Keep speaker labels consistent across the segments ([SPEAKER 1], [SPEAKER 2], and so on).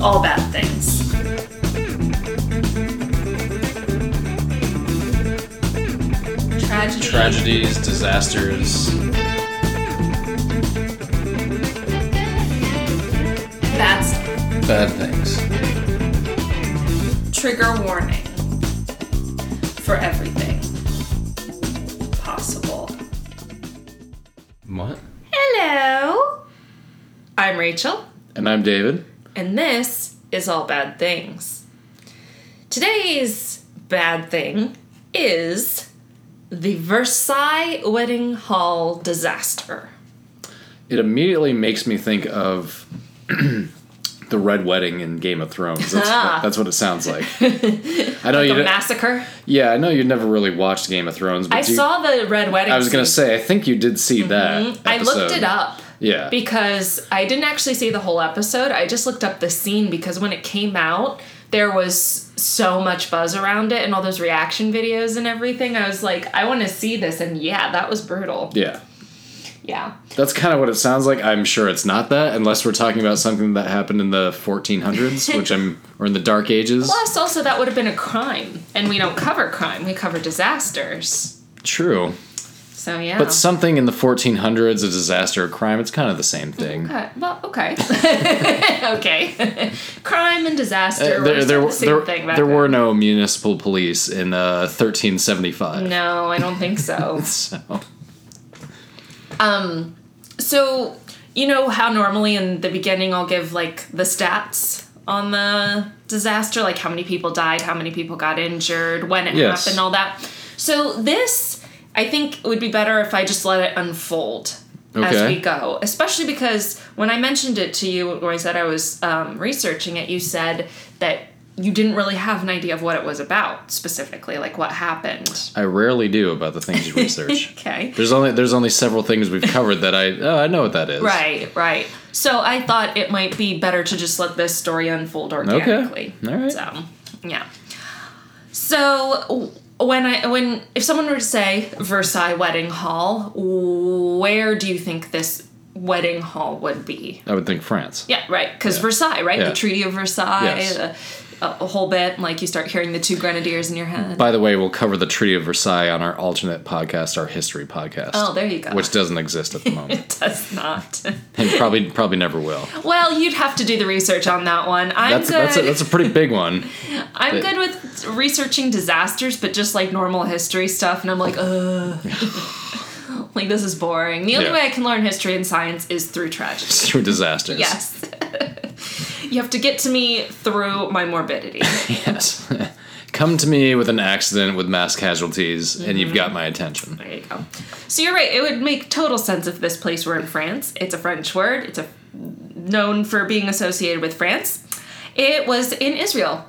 [SPEAKER 1] all bad things. Tragedy.
[SPEAKER 2] Tragedies, disasters,
[SPEAKER 1] That's
[SPEAKER 2] bad things.
[SPEAKER 1] trigger warning for everything possible.
[SPEAKER 2] What?
[SPEAKER 1] Hello. I'm Rachel,
[SPEAKER 2] And I'm David.
[SPEAKER 1] and this is All Bad Things. Today's bad thing is the Versailles Wedding Hall disaster.
[SPEAKER 2] It immediately makes me think of the Red Wedding in Game of Thrones. That's,
[SPEAKER 1] Ah.
[SPEAKER 2] that's what it sounds like. I know Oh, you.
[SPEAKER 1] The
[SPEAKER 2] don't-
[SPEAKER 1] massacre.
[SPEAKER 2] yeah, I know you never really watched Game of Thrones. But
[SPEAKER 1] I
[SPEAKER 2] do you-
[SPEAKER 1] saw the Red Wedding.
[SPEAKER 2] I was gonna
[SPEAKER 1] scene.
[SPEAKER 2] say, I think you did see that.
[SPEAKER 1] I looked
[SPEAKER 2] episode.
[SPEAKER 1] it up.
[SPEAKER 2] Yeah.
[SPEAKER 1] because I didn't actually see the whole episode. I just looked up the scene because when it came out, there was so much buzz around it and all those reaction videos and everything. I was like, I want to see this. And yeah, that was brutal.
[SPEAKER 2] yeah.
[SPEAKER 1] Yeah.
[SPEAKER 2] That's kind of what it sounds like. I'm sure it's not that, unless we're talking about something that happened in the 1400s, which I'm, or in the Dark Ages.
[SPEAKER 1] Plus, also, that would have been a crime. And we don't cover crime, we cover disasters.
[SPEAKER 2] True.
[SPEAKER 1] So yeah.
[SPEAKER 2] But something in the 1400s, a disaster, a crime, it's kind of the same thing. Uh,
[SPEAKER 1] Okay, Uh, Well, okay, okay. Crime and disaster
[SPEAKER 2] Uh,
[SPEAKER 1] were
[SPEAKER 2] there, there,
[SPEAKER 1] the
[SPEAKER 2] were-
[SPEAKER 1] same
[SPEAKER 2] there,
[SPEAKER 1] thing back
[SPEAKER 2] there
[SPEAKER 1] then.
[SPEAKER 2] were no municipal police in uh, 1375.
[SPEAKER 1] No, I don't think so.
[SPEAKER 2] So,
[SPEAKER 1] So, you know how normally in the beginning I'll give like the stats on the disaster, like how many people died, how many people got injured, when it
[SPEAKER 2] Yes.
[SPEAKER 1] happened, all that. So, this I think would be better if I just let it unfold as
[SPEAKER 2] Okay.
[SPEAKER 1] we go, especially because when I mentioned it to you, or I said I was um, researching it, you said that you didn't really have an idea of what it was about specifically, like what happened.
[SPEAKER 2] I rarely do about the things you research.
[SPEAKER 1] Okay.
[SPEAKER 2] there's only there's only several things we've covered that I oh, I know what that is.
[SPEAKER 1] Right, right. So I thought it might be better to just let this story unfold organically.
[SPEAKER 2] All right.
[SPEAKER 1] So, yeah. So w- when I when if someone were to say Versailles Wedding Hall, where do you think this wedding hall would be?
[SPEAKER 2] I would think France.
[SPEAKER 1] Yeah, right. Because Versailles, right?
[SPEAKER 2] Yeah.
[SPEAKER 1] The Treaty of Versailles,
[SPEAKER 2] Yes.
[SPEAKER 1] the, a, a whole bit. and, Like you start hearing the two grenadiers in your head.
[SPEAKER 2] By the way, we'll cover the Treaty of Versailles on our alternate podcast, our history podcast.
[SPEAKER 1] Oh, there you go.
[SPEAKER 2] Which doesn't exist at the moment,
[SPEAKER 1] it does not.
[SPEAKER 2] and probably probably never will.
[SPEAKER 1] well, you'd have to do the research on that one. I'm
[SPEAKER 2] That's
[SPEAKER 1] good.
[SPEAKER 2] that's a, that's a pretty big one.
[SPEAKER 1] I'm
[SPEAKER 2] But-
[SPEAKER 1] good with researching disasters, but just like normal history stuff, and I'm like, ugh. like, this is boring. The only
[SPEAKER 2] Yeah.
[SPEAKER 1] way I can learn history and science is through tragedy.
[SPEAKER 2] It's through disasters.
[SPEAKER 1] Yes. you have to get to me through my morbidity.
[SPEAKER 2] Yes. Come to me with an accident with mass casualties, and
[SPEAKER 1] Mm-hmm.
[SPEAKER 2] you've got my attention.
[SPEAKER 1] there you go. So you're right. It would make total sense if this place were in France. It's a French word, it's a, known for being associated with France. It was in Israel.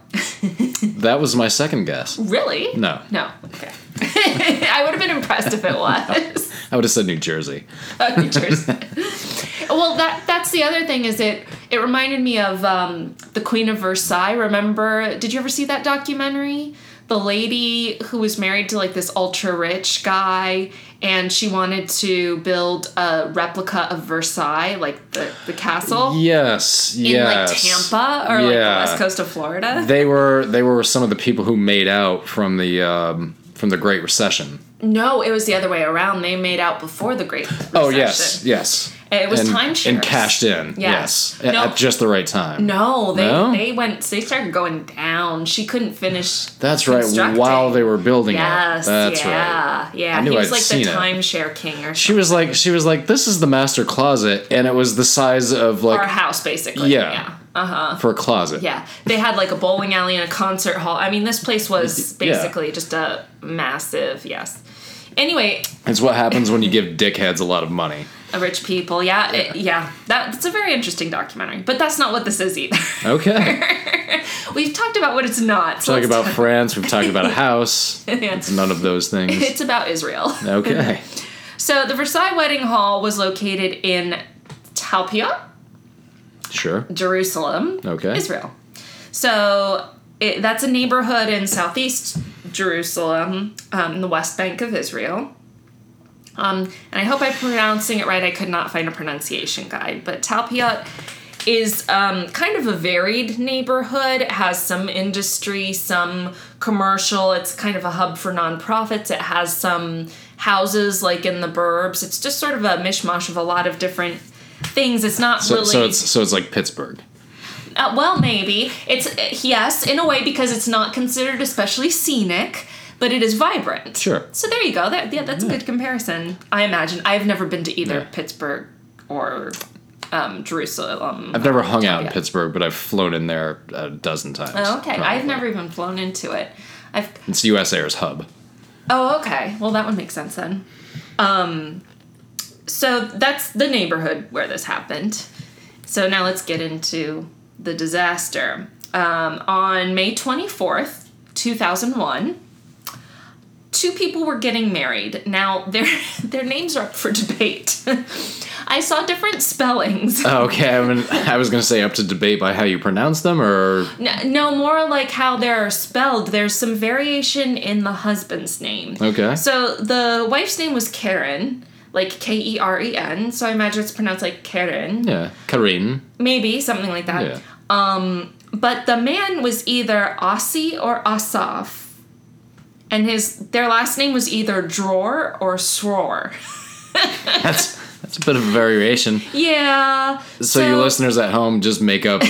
[SPEAKER 2] That was my second guess.
[SPEAKER 1] Really?
[SPEAKER 2] No,
[SPEAKER 1] No. Okay. I would have been impressed if it was.
[SPEAKER 2] I would have said New Jersey.
[SPEAKER 1] Uh, New Jersey. well, that that's the other thing is it it reminded me of um, the Queen of Versailles. Remember? Did you ever see that documentary? The lady who was married to like this ultra rich guy, and she wanted to build a replica of Versailles, like the the castle
[SPEAKER 2] Yes,
[SPEAKER 1] in
[SPEAKER 2] yes.
[SPEAKER 1] like Tampa or like the
[SPEAKER 2] Yeah.
[SPEAKER 1] west coast of Florida.
[SPEAKER 2] They were they were some of the people who made out from the um, from the Great Recession.
[SPEAKER 1] No, it was the other way around. They made out before the Great. Recession.
[SPEAKER 2] Oh yes, yes.
[SPEAKER 1] It was
[SPEAKER 2] and,
[SPEAKER 1] timeshares.
[SPEAKER 2] and cashed in.
[SPEAKER 1] Yeah.
[SPEAKER 2] Yes,
[SPEAKER 1] No.
[SPEAKER 2] at just the right time.
[SPEAKER 1] No, they
[SPEAKER 2] No?
[SPEAKER 1] they went. They started going down. She couldn't finish.
[SPEAKER 2] That's right.
[SPEAKER 1] Constructing.
[SPEAKER 2] While they were building
[SPEAKER 1] Yes,
[SPEAKER 2] it. That's right.
[SPEAKER 1] yeah, yeah.
[SPEAKER 2] I knew
[SPEAKER 1] he was
[SPEAKER 2] I'd
[SPEAKER 1] like
[SPEAKER 2] seen
[SPEAKER 1] the
[SPEAKER 2] it.
[SPEAKER 1] timeshare king or
[SPEAKER 2] She was like she was like this is the master closet and it was the size of like
[SPEAKER 1] our house basically.
[SPEAKER 2] Yeah.
[SPEAKER 1] yeah, uh huh,
[SPEAKER 2] for a closet.
[SPEAKER 1] yeah. They had like a bowling alley and a concert hall. I mean, this place was
[SPEAKER 2] Yeah.
[SPEAKER 1] basically just a massive yes. Anyway,
[SPEAKER 2] It's what happens when you give dickheads a lot of money.
[SPEAKER 1] a rich people. Yeah, it- yeah. That, that's a very interesting documentary, but that's not what this is either.
[SPEAKER 2] Okay.
[SPEAKER 1] We've talked about what it's not. So
[SPEAKER 2] Talk
[SPEAKER 1] let's
[SPEAKER 2] about France. We've talked about a house. It's none of those things.
[SPEAKER 1] it's about Israel.
[SPEAKER 2] Okay.
[SPEAKER 1] So the Versailles Wedding Hall was located in Talpiot,
[SPEAKER 2] Sure.
[SPEAKER 1] Jerusalem,
[SPEAKER 2] Okay.
[SPEAKER 1] Israel. So it, that's a neighborhood in southeast Jerusalem, um, in the West Bank of Israel. Um, and I hope I'm pronouncing it right. I could not find a pronunciation guide, but Talpiot is um, kind of a varied neighborhood. It has some industry, some commercial. It's kind of a hub for nonprofits. It has some houses like in the burbs. It's just sort of a mishmash of a lot of different things. It's not
[SPEAKER 2] So,
[SPEAKER 1] really
[SPEAKER 2] so it's so it's like Pittsburgh.
[SPEAKER 1] uh, well, maybe it's uh, yes, in a way, because it's not considered especially scenic, but it is vibrant.
[SPEAKER 2] Sure.
[SPEAKER 1] So there you go. That, yeah, that's a good comparison. I imagine. I've never been to either
[SPEAKER 2] Yeah.
[SPEAKER 1] Pittsburgh or um, Jerusalem.
[SPEAKER 2] I've never hung out in
[SPEAKER 1] Yeah.
[SPEAKER 2] Pittsburgh, but I've flown in there a dozen times.
[SPEAKER 1] Oh, okay, I've
[SPEAKER 2] probably.
[SPEAKER 1] never even flown into it. I've
[SPEAKER 2] It's US Air's hub.
[SPEAKER 1] Oh, okay. Well, that would make sense then. Um, so that's the neighborhood where this happened. So now let's get into the disaster. Um, on May 24th, 2001, two people were getting married. Now, their, their names are up for debate. I saw different spellings.
[SPEAKER 2] Oh, Okay, I, mean, I was going to say up to debate by how you pronounce them, or
[SPEAKER 1] N- No, more like how they're spelled. There's some variation in the husband's name.
[SPEAKER 2] Okay.
[SPEAKER 1] So the wife's name was Karen, like K E R E N. So I imagine it's pronounced like Karen.
[SPEAKER 2] yeah, Karin.
[SPEAKER 1] Maybe something like that.
[SPEAKER 2] Yeah,
[SPEAKER 1] But the man was either Aussie or Asaf. And his their last name was either Drawer or Sror.
[SPEAKER 2] that's that's a bit of a variation.
[SPEAKER 1] yeah.
[SPEAKER 2] So, you listeners at home, just make up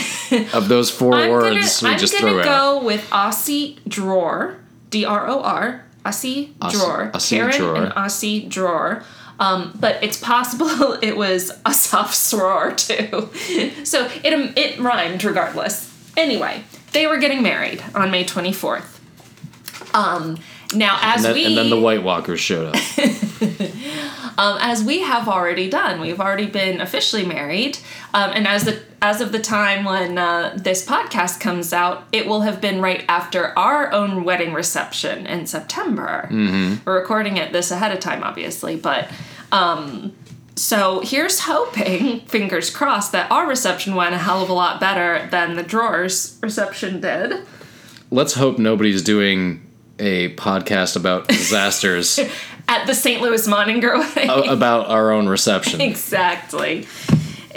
[SPEAKER 2] of those 4
[SPEAKER 1] I'm gonna,
[SPEAKER 2] words we
[SPEAKER 1] I'm
[SPEAKER 2] just
[SPEAKER 1] gonna
[SPEAKER 2] throw out.
[SPEAKER 1] go with Aussie drawer, D R O R, Aussie
[SPEAKER 2] Aussie-
[SPEAKER 1] drawer,
[SPEAKER 2] Aussie
[SPEAKER 1] Karen
[SPEAKER 2] drawer.
[SPEAKER 1] and Aussie drawer. Um, but it's possible it was Asaf Soror too. so it um, it rhymed regardless. Anyway, they were getting married on May 24th. Um, now as
[SPEAKER 2] And then,
[SPEAKER 1] we
[SPEAKER 2] and then the White Walkers showed up.
[SPEAKER 1] um, as we have already done. We've already been officially married, um, and as the as of the time when uh, this podcast comes out, it will have been right after our own wedding reception in September. We're recording it this ahead of time, obviously, but. Um, so here's hoping, fingers crossed, that our reception went a hell of a lot better than the drawers reception did.
[SPEAKER 2] Let's hope nobody's doing a podcast about disasters a-
[SPEAKER 1] At the St. Louis Moninger wedding.
[SPEAKER 2] about our own reception.
[SPEAKER 1] exactly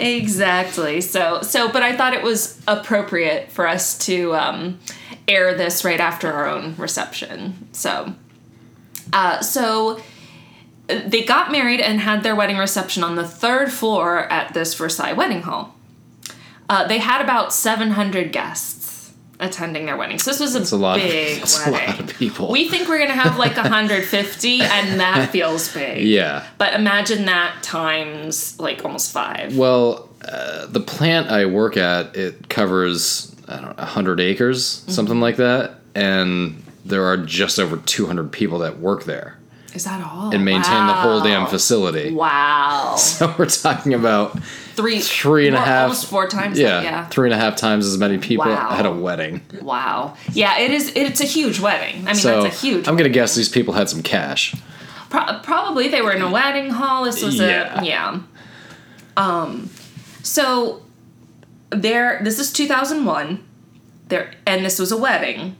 [SPEAKER 1] exactly so so but i thought it was appropriate for us to um air this right after our own reception so uh so uh, they got married and had their wedding reception on the third floor at this versailles wedding hall uh, they had about 700 guests attending their wedding so this was a,
[SPEAKER 2] It's a lot. Of,
[SPEAKER 1] big
[SPEAKER 2] it's a
[SPEAKER 1] wedding
[SPEAKER 2] lot of people.
[SPEAKER 1] we think we're gonna have like 150 and that feels big
[SPEAKER 2] yeah.
[SPEAKER 1] but imagine that times like almost five.
[SPEAKER 2] Well, uh, the plant I work at it covers I don't know, 100 acres,
[SPEAKER 1] Mm-hmm.
[SPEAKER 2] something like that, and there are just over 200 people that work there
[SPEAKER 1] Is that all?
[SPEAKER 2] and maintain the whole damn facility.
[SPEAKER 1] Wow.
[SPEAKER 2] So we're talking about
[SPEAKER 1] Three,
[SPEAKER 2] Three and a
[SPEAKER 1] well,
[SPEAKER 2] half-
[SPEAKER 1] almost four times. that,
[SPEAKER 2] yeah,
[SPEAKER 1] yeah.
[SPEAKER 2] three and a half times as many people
[SPEAKER 1] Wow.
[SPEAKER 2] at a wedding.
[SPEAKER 1] Wow. Yeah, it is. It's a huge wedding. I mean,
[SPEAKER 2] so
[SPEAKER 1] that's a huge.
[SPEAKER 2] I'm gonna guess these people had some cash.
[SPEAKER 1] Pro- probably they were in a wedding hall. This was
[SPEAKER 2] Yeah.
[SPEAKER 1] a yeah. Um, so there. This is 2001. There and this was a wedding,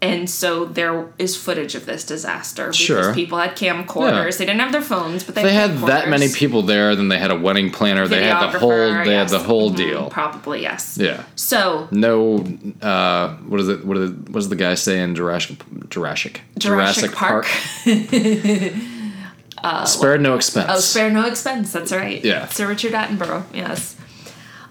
[SPEAKER 1] and so there is footage of this disaster because
[SPEAKER 2] Sure.
[SPEAKER 1] people had camcorders. They didn't have their phones, but they,
[SPEAKER 2] They
[SPEAKER 1] had,
[SPEAKER 2] had that many
[SPEAKER 1] camcorders.
[SPEAKER 2] people there. Then they had a wedding planner. They had the whole.
[SPEAKER 1] Videographer,
[SPEAKER 2] They had
[SPEAKER 1] yes.
[SPEAKER 2] the whole
[SPEAKER 1] Mhm,
[SPEAKER 2] deal.
[SPEAKER 1] Probably yes.
[SPEAKER 2] Yeah.
[SPEAKER 1] So
[SPEAKER 2] No. Uh, what is it? What, is it, what does the guy say in Jurassic? Jurassic.
[SPEAKER 1] Jurassic, Park.
[SPEAKER 2] Spared no expense.
[SPEAKER 1] Oh, spare no expense. That's right.
[SPEAKER 2] Yeah.
[SPEAKER 1] Sir Richard Attenborough. Yes.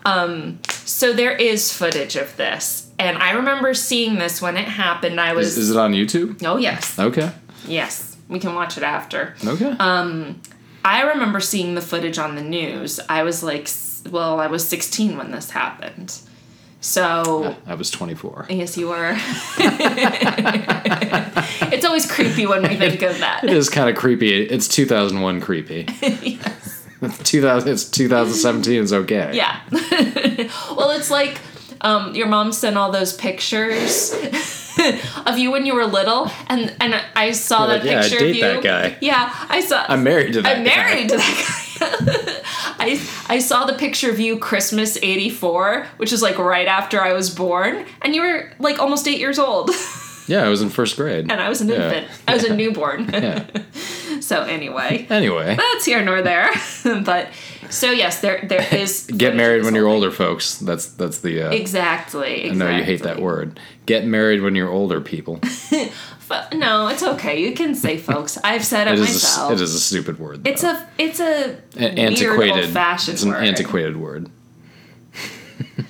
[SPEAKER 1] Um, so there is footage of this, and I remember seeing this when it happened. I was
[SPEAKER 2] Is, is it on YouTube?
[SPEAKER 1] oh yes,
[SPEAKER 2] Okay.
[SPEAKER 1] yes. We can watch it after.
[SPEAKER 2] Okay.
[SPEAKER 1] Um, I remember seeing the footage on the news. I was like, s- well, I was 16 when this happened. So
[SPEAKER 2] I was 24.
[SPEAKER 1] yes, you were. it's always creepy when we think of that.
[SPEAKER 2] It is kind of creepy. It's 2001 creepy. 2000. It's 2017. Is okay.
[SPEAKER 1] Yeah. well, it's like um, your mom sent all those pictures of you when you were little, and and I saw
[SPEAKER 2] You're
[SPEAKER 1] that
[SPEAKER 2] like, "Yeah, I
[SPEAKER 1] picture
[SPEAKER 2] date
[SPEAKER 1] of you.
[SPEAKER 2] that guy.
[SPEAKER 1] Yeah, I saw.
[SPEAKER 2] I'm married to that.
[SPEAKER 1] I'm
[SPEAKER 2] guy.
[SPEAKER 1] married to that guy. I, I saw the picture of you Christmas 84, which is like right after I was born, and you were like almost eight years old.
[SPEAKER 2] Yeah, I was in first grade.
[SPEAKER 1] and I was an
[SPEAKER 2] Yeah.
[SPEAKER 1] infant. I was a newborn.
[SPEAKER 2] Yeah.
[SPEAKER 1] so, anyway
[SPEAKER 2] Anyway.
[SPEAKER 1] that's here nor there. but So yes, there there is
[SPEAKER 2] Get married when you're older, folks. That's that's the. Uh,
[SPEAKER 1] Exactly.
[SPEAKER 2] I know you hate that
[SPEAKER 1] exactly.
[SPEAKER 2] word. Get married when you're older, people.
[SPEAKER 1] F- no, it's okay. You can say folks. I've said it,
[SPEAKER 2] It is.
[SPEAKER 1] myself.
[SPEAKER 2] A, it is a stupid word.
[SPEAKER 1] It's a it's a
[SPEAKER 2] An
[SPEAKER 1] weird
[SPEAKER 2] antiquated.
[SPEAKER 1] old fashioned
[SPEAKER 2] It's an
[SPEAKER 1] word.
[SPEAKER 2] antiquated word.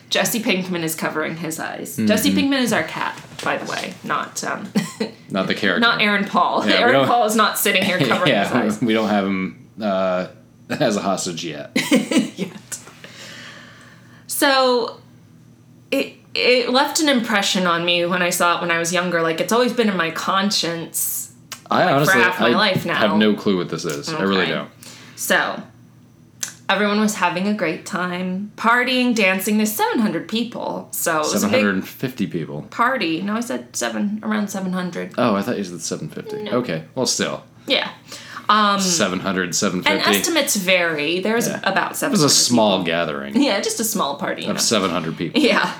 [SPEAKER 1] Jesse Pinkman is covering his eyes.
[SPEAKER 2] Mm-hmm.
[SPEAKER 1] Jesse Pinkman is our cat, by the way, not um,
[SPEAKER 2] Not the character.
[SPEAKER 1] not Aaron Paul.
[SPEAKER 2] Yeah, we
[SPEAKER 1] Aaron
[SPEAKER 2] don't-
[SPEAKER 1] Paul is not sitting here covering his
[SPEAKER 2] yeah,
[SPEAKER 1] eyes.
[SPEAKER 2] we don't have him uh, as a hostage yet.
[SPEAKER 1] yet. So it it left an impression on me when I saw it when I was younger. Like it's always been in my conscience.
[SPEAKER 2] I honestly
[SPEAKER 1] half my
[SPEAKER 2] I
[SPEAKER 1] life now.
[SPEAKER 2] have no clue what this is. I really
[SPEAKER 1] Okay.
[SPEAKER 2] don't.
[SPEAKER 1] So everyone was having a great time, partying, dancing. There's 700 people, so it was a big
[SPEAKER 2] 750 people.
[SPEAKER 1] party. No, I said seven, around 700.
[SPEAKER 2] Oh, I thought you said 750. Okay. Well, still.
[SPEAKER 1] Yeah. Hmm.
[SPEAKER 2] 700,
[SPEAKER 1] And
[SPEAKER 2] 750.
[SPEAKER 1] estimates vary. There's
[SPEAKER 2] Yeah.
[SPEAKER 1] about
[SPEAKER 2] it
[SPEAKER 1] seven.
[SPEAKER 2] was a small gathering
[SPEAKER 1] Yeah, just a small party. you know.
[SPEAKER 2] of 700 people.
[SPEAKER 1] Yeah.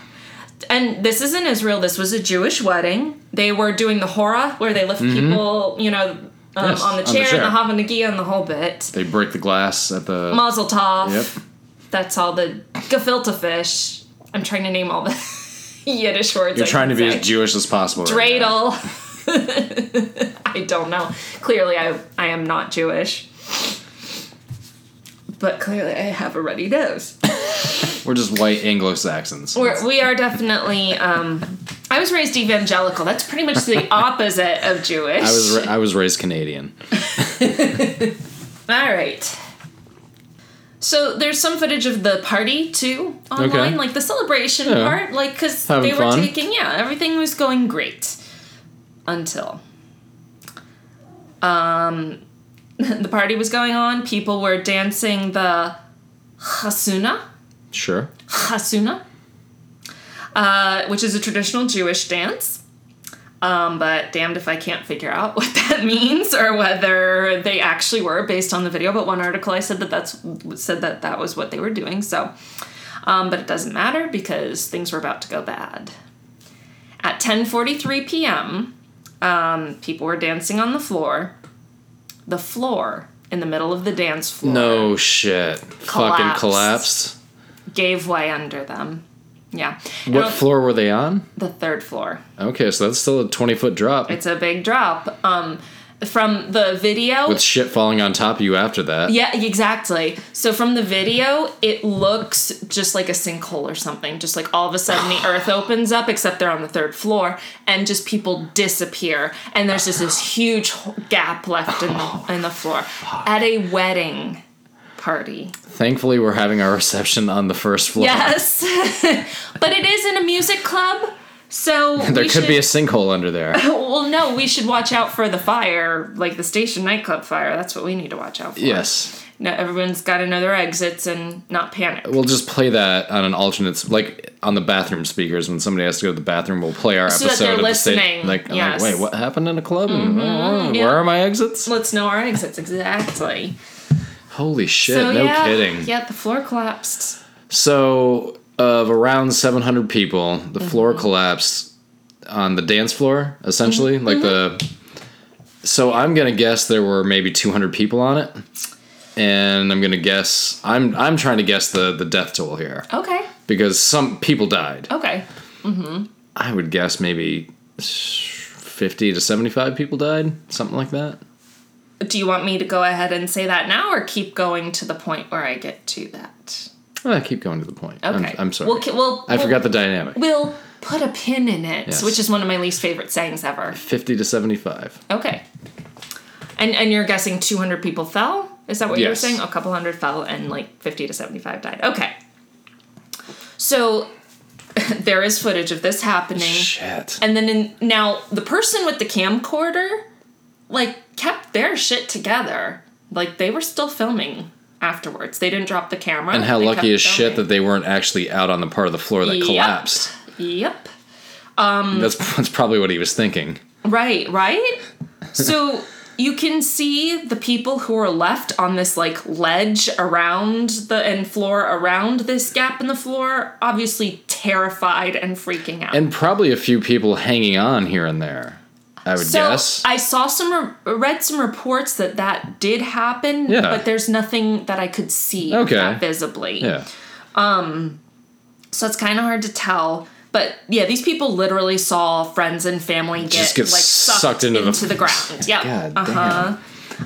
[SPEAKER 1] And this is in Israel. This was a Jewish wedding. They were doing the hora, where they lift people, you know, um,
[SPEAKER 2] Mm-hmm. Yes,
[SPEAKER 1] on the chair, and the havanagia and the whole bit.
[SPEAKER 2] They break the glass at the.
[SPEAKER 1] Mazel tov.
[SPEAKER 2] Yep.
[SPEAKER 1] That's all the gefilte fish. I'm trying to name all the Yiddish words.
[SPEAKER 2] You're
[SPEAKER 1] I
[SPEAKER 2] trying to
[SPEAKER 1] can
[SPEAKER 2] be
[SPEAKER 1] say.
[SPEAKER 2] as Jewish as possible. right now.
[SPEAKER 1] Dreidel. I don't know. Clearly, I I am not Jewish. But clearly, I have a ruddy nose.
[SPEAKER 2] We're just white Anglo Saxons.
[SPEAKER 1] We're, we are definitely. Um, I was raised evangelical. That's pretty much the opposite of Jewish.
[SPEAKER 2] I was, ra- I was raised Canadian.
[SPEAKER 1] All right. So there's some footage of the party too online,
[SPEAKER 2] Okay.
[SPEAKER 1] like the celebration
[SPEAKER 2] Yeah.
[SPEAKER 1] part, like because
[SPEAKER 2] Having
[SPEAKER 1] they were
[SPEAKER 2] fun.
[SPEAKER 1] taking. Yeah, everything was going great until. Um, the party was going on. People were dancing the chasuna.
[SPEAKER 2] Sure.
[SPEAKER 1] Hasuna, uh, which is a traditional Jewish dance. Um, but damned if I can't figure out what that means or whether they actually were based on the video. But one article I said that that's said that that was what they were doing. So, um, but it doesn't matter because things were about to go bad. At 10:43 p.m., um, people were dancing on the floor. The floor in the middle of the dance floor
[SPEAKER 2] No shit.
[SPEAKER 1] Collapsed.
[SPEAKER 2] Fucking collapsed.
[SPEAKER 1] gave way under them. Yeah. And
[SPEAKER 2] What
[SPEAKER 1] on
[SPEAKER 2] floor were they on?
[SPEAKER 1] the third floor.
[SPEAKER 2] Okay, so that's still a 20 foot drop.
[SPEAKER 1] It's a big drop. Um, from the video.
[SPEAKER 2] With shit falling on top of you after that.
[SPEAKER 1] yeah, exactly. So from the video, it looks just like a sinkhole or something. Just like all of a sudden the earth opens up, except they're on the third floor, and just people disappear. And there's just this huge h- gap left in the, in the floor at a wedding party.
[SPEAKER 2] Thankfully, we're having our reception on the first floor.
[SPEAKER 1] Yes, but it is in a music club, so
[SPEAKER 2] There
[SPEAKER 1] we
[SPEAKER 2] could be a
[SPEAKER 1] should-
[SPEAKER 2] sinkhole under there.
[SPEAKER 1] Well, no, we should watch out for the fire, like the station nightclub fire. That's what we need to watch out for.
[SPEAKER 2] yes.
[SPEAKER 1] No, everyone's got to know their exits and not panic.
[SPEAKER 2] We'll just play that on an alternate, like on the bathroom speakers. When somebody has to go to the bathroom, we'll play our
[SPEAKER 1] So that
[SPEAKER 2] episode.
[SPEAKER 1] they're
[SPEAKER 2] of the sta-
[SPEAKER 1] listening,
[SPEAKER 2] like, I'm
[SPEAKER 1] yes. Mm-hmm.
[SPEAKER 2] like, wait, what happened in a club? And, oh,
[SPEAKER 1] yeah.
[SPEAKER 2] Where are my exits?
[SPEAKER 1] Let's know our exits exactly.
[SPEAKER 2] Holy shit!
[SPEAKER 1] so
[SPEAKER 2] no
[SPEAKER 1] yeah,
[SPEAKER 2] kidding.
[SPEAKER 1] Yeah, the floor collapsed.
[SPEAKER 2] So, of around 700 people, the
[SPEAKER 1] Mm-hmm.
[SPEAKER 2] floor collapsed on the dance floor, essentially.
[SPEAKER 1] Mm-hmm.
[SPEAKER 2] Like the. So I'm gonna guess there were maybe 200 people on it, and I'm gonna guess I'm I'm trying to guess the the death toll here
[SPEAKER 1] Okay.
[SPEAKER 2] because some people died.
[SPEAKER 1] Okay.
[SPEAKER 2] I would guess maybe 50 to 75 people died, something like that.
[SPEAKER 1] Do you want me to go ahead and say that now, or keep going to the point where I get to that?
[SPEAKER 2] I Ah, keep going to the point.
[SPEAKER 1] Okay.
[SPEAKER 2] I'm, I'm sorry.
[SPEAKER 1] We'll, ki- we'll,
[SPEAKER 2] I
[SPEAKER 1] we'll-
[SPEAKER 2] forgot the dynamic.
[SPEAKER 1] We'll put a pin in it,
[SPEAKER 2] Yes.
[SPEAKER 1] which is one of my least favorite sayings ever.
[SPEAKER 2] 50 to 75.
[SPEAKER 1] Okay. And and you're guessing 200 people fell? Is that what you were
[SPEAKER 2] Yes.
[SPEAKER 1] saying? A couple hundred fell and like 50 to 75 died. Okay. So there is footage of this happening.
[SPEAKER 2] Shit.
[SPEAKER 1] And then in, now the person with the camcorder like kept their shit together. Like they were still filming afterwards. They didn't drop the camera.
[SPEAKER 2] And how
[SPEAKER 1] They
[SPEAKER 2] lucky
[SPEAKER 1] kept
[SPEAKER 2] is shit
[SPEAKER 1] filming.
[SPEAKER 2] that they weren't actually out on the part of the floor that
[SPEAKER 1] Yep. Mm.
[SPEAKER 2] collapsed.
[SPEAKER 1] Yep.
[SPEAKER 2] That's, that's probably what he was thinking.
[SPEAKER 1] Right, right? So you can see the people who are left on this like ledge around the and floor around this gap in the floor, obviously terrified and freaking out.
[SPEAKER 2] And probably a few people hanging on here and there. I would
[SPEAKER 1] So
[SPEAKER 2] guess.
[SPEAKER 1] I saw some, re- read some reports that that did happen,
[SPEAKER 2] Yeah.
[SPEAKER 1] but there's nothing that I could see
[SPEAKER 2] Okay.
[SPEAKER 1] that visibly.
[SPEAKER 2] yeah.
[SPEAKER 1] So it's kind of hard to tell. But yeah, these people literally saw friends and family get,
[SPEAKER 2] Just get
[SPEAKER 1] like sucked,
[SPEAKER 2] sucked into
[SPEAKER 1] into,
[SPEAKER 2] the-
[SPEAKER 1] the, ground. Yeah.
[SPEAKER 2] God
[SPEAKER 1] uh-huh.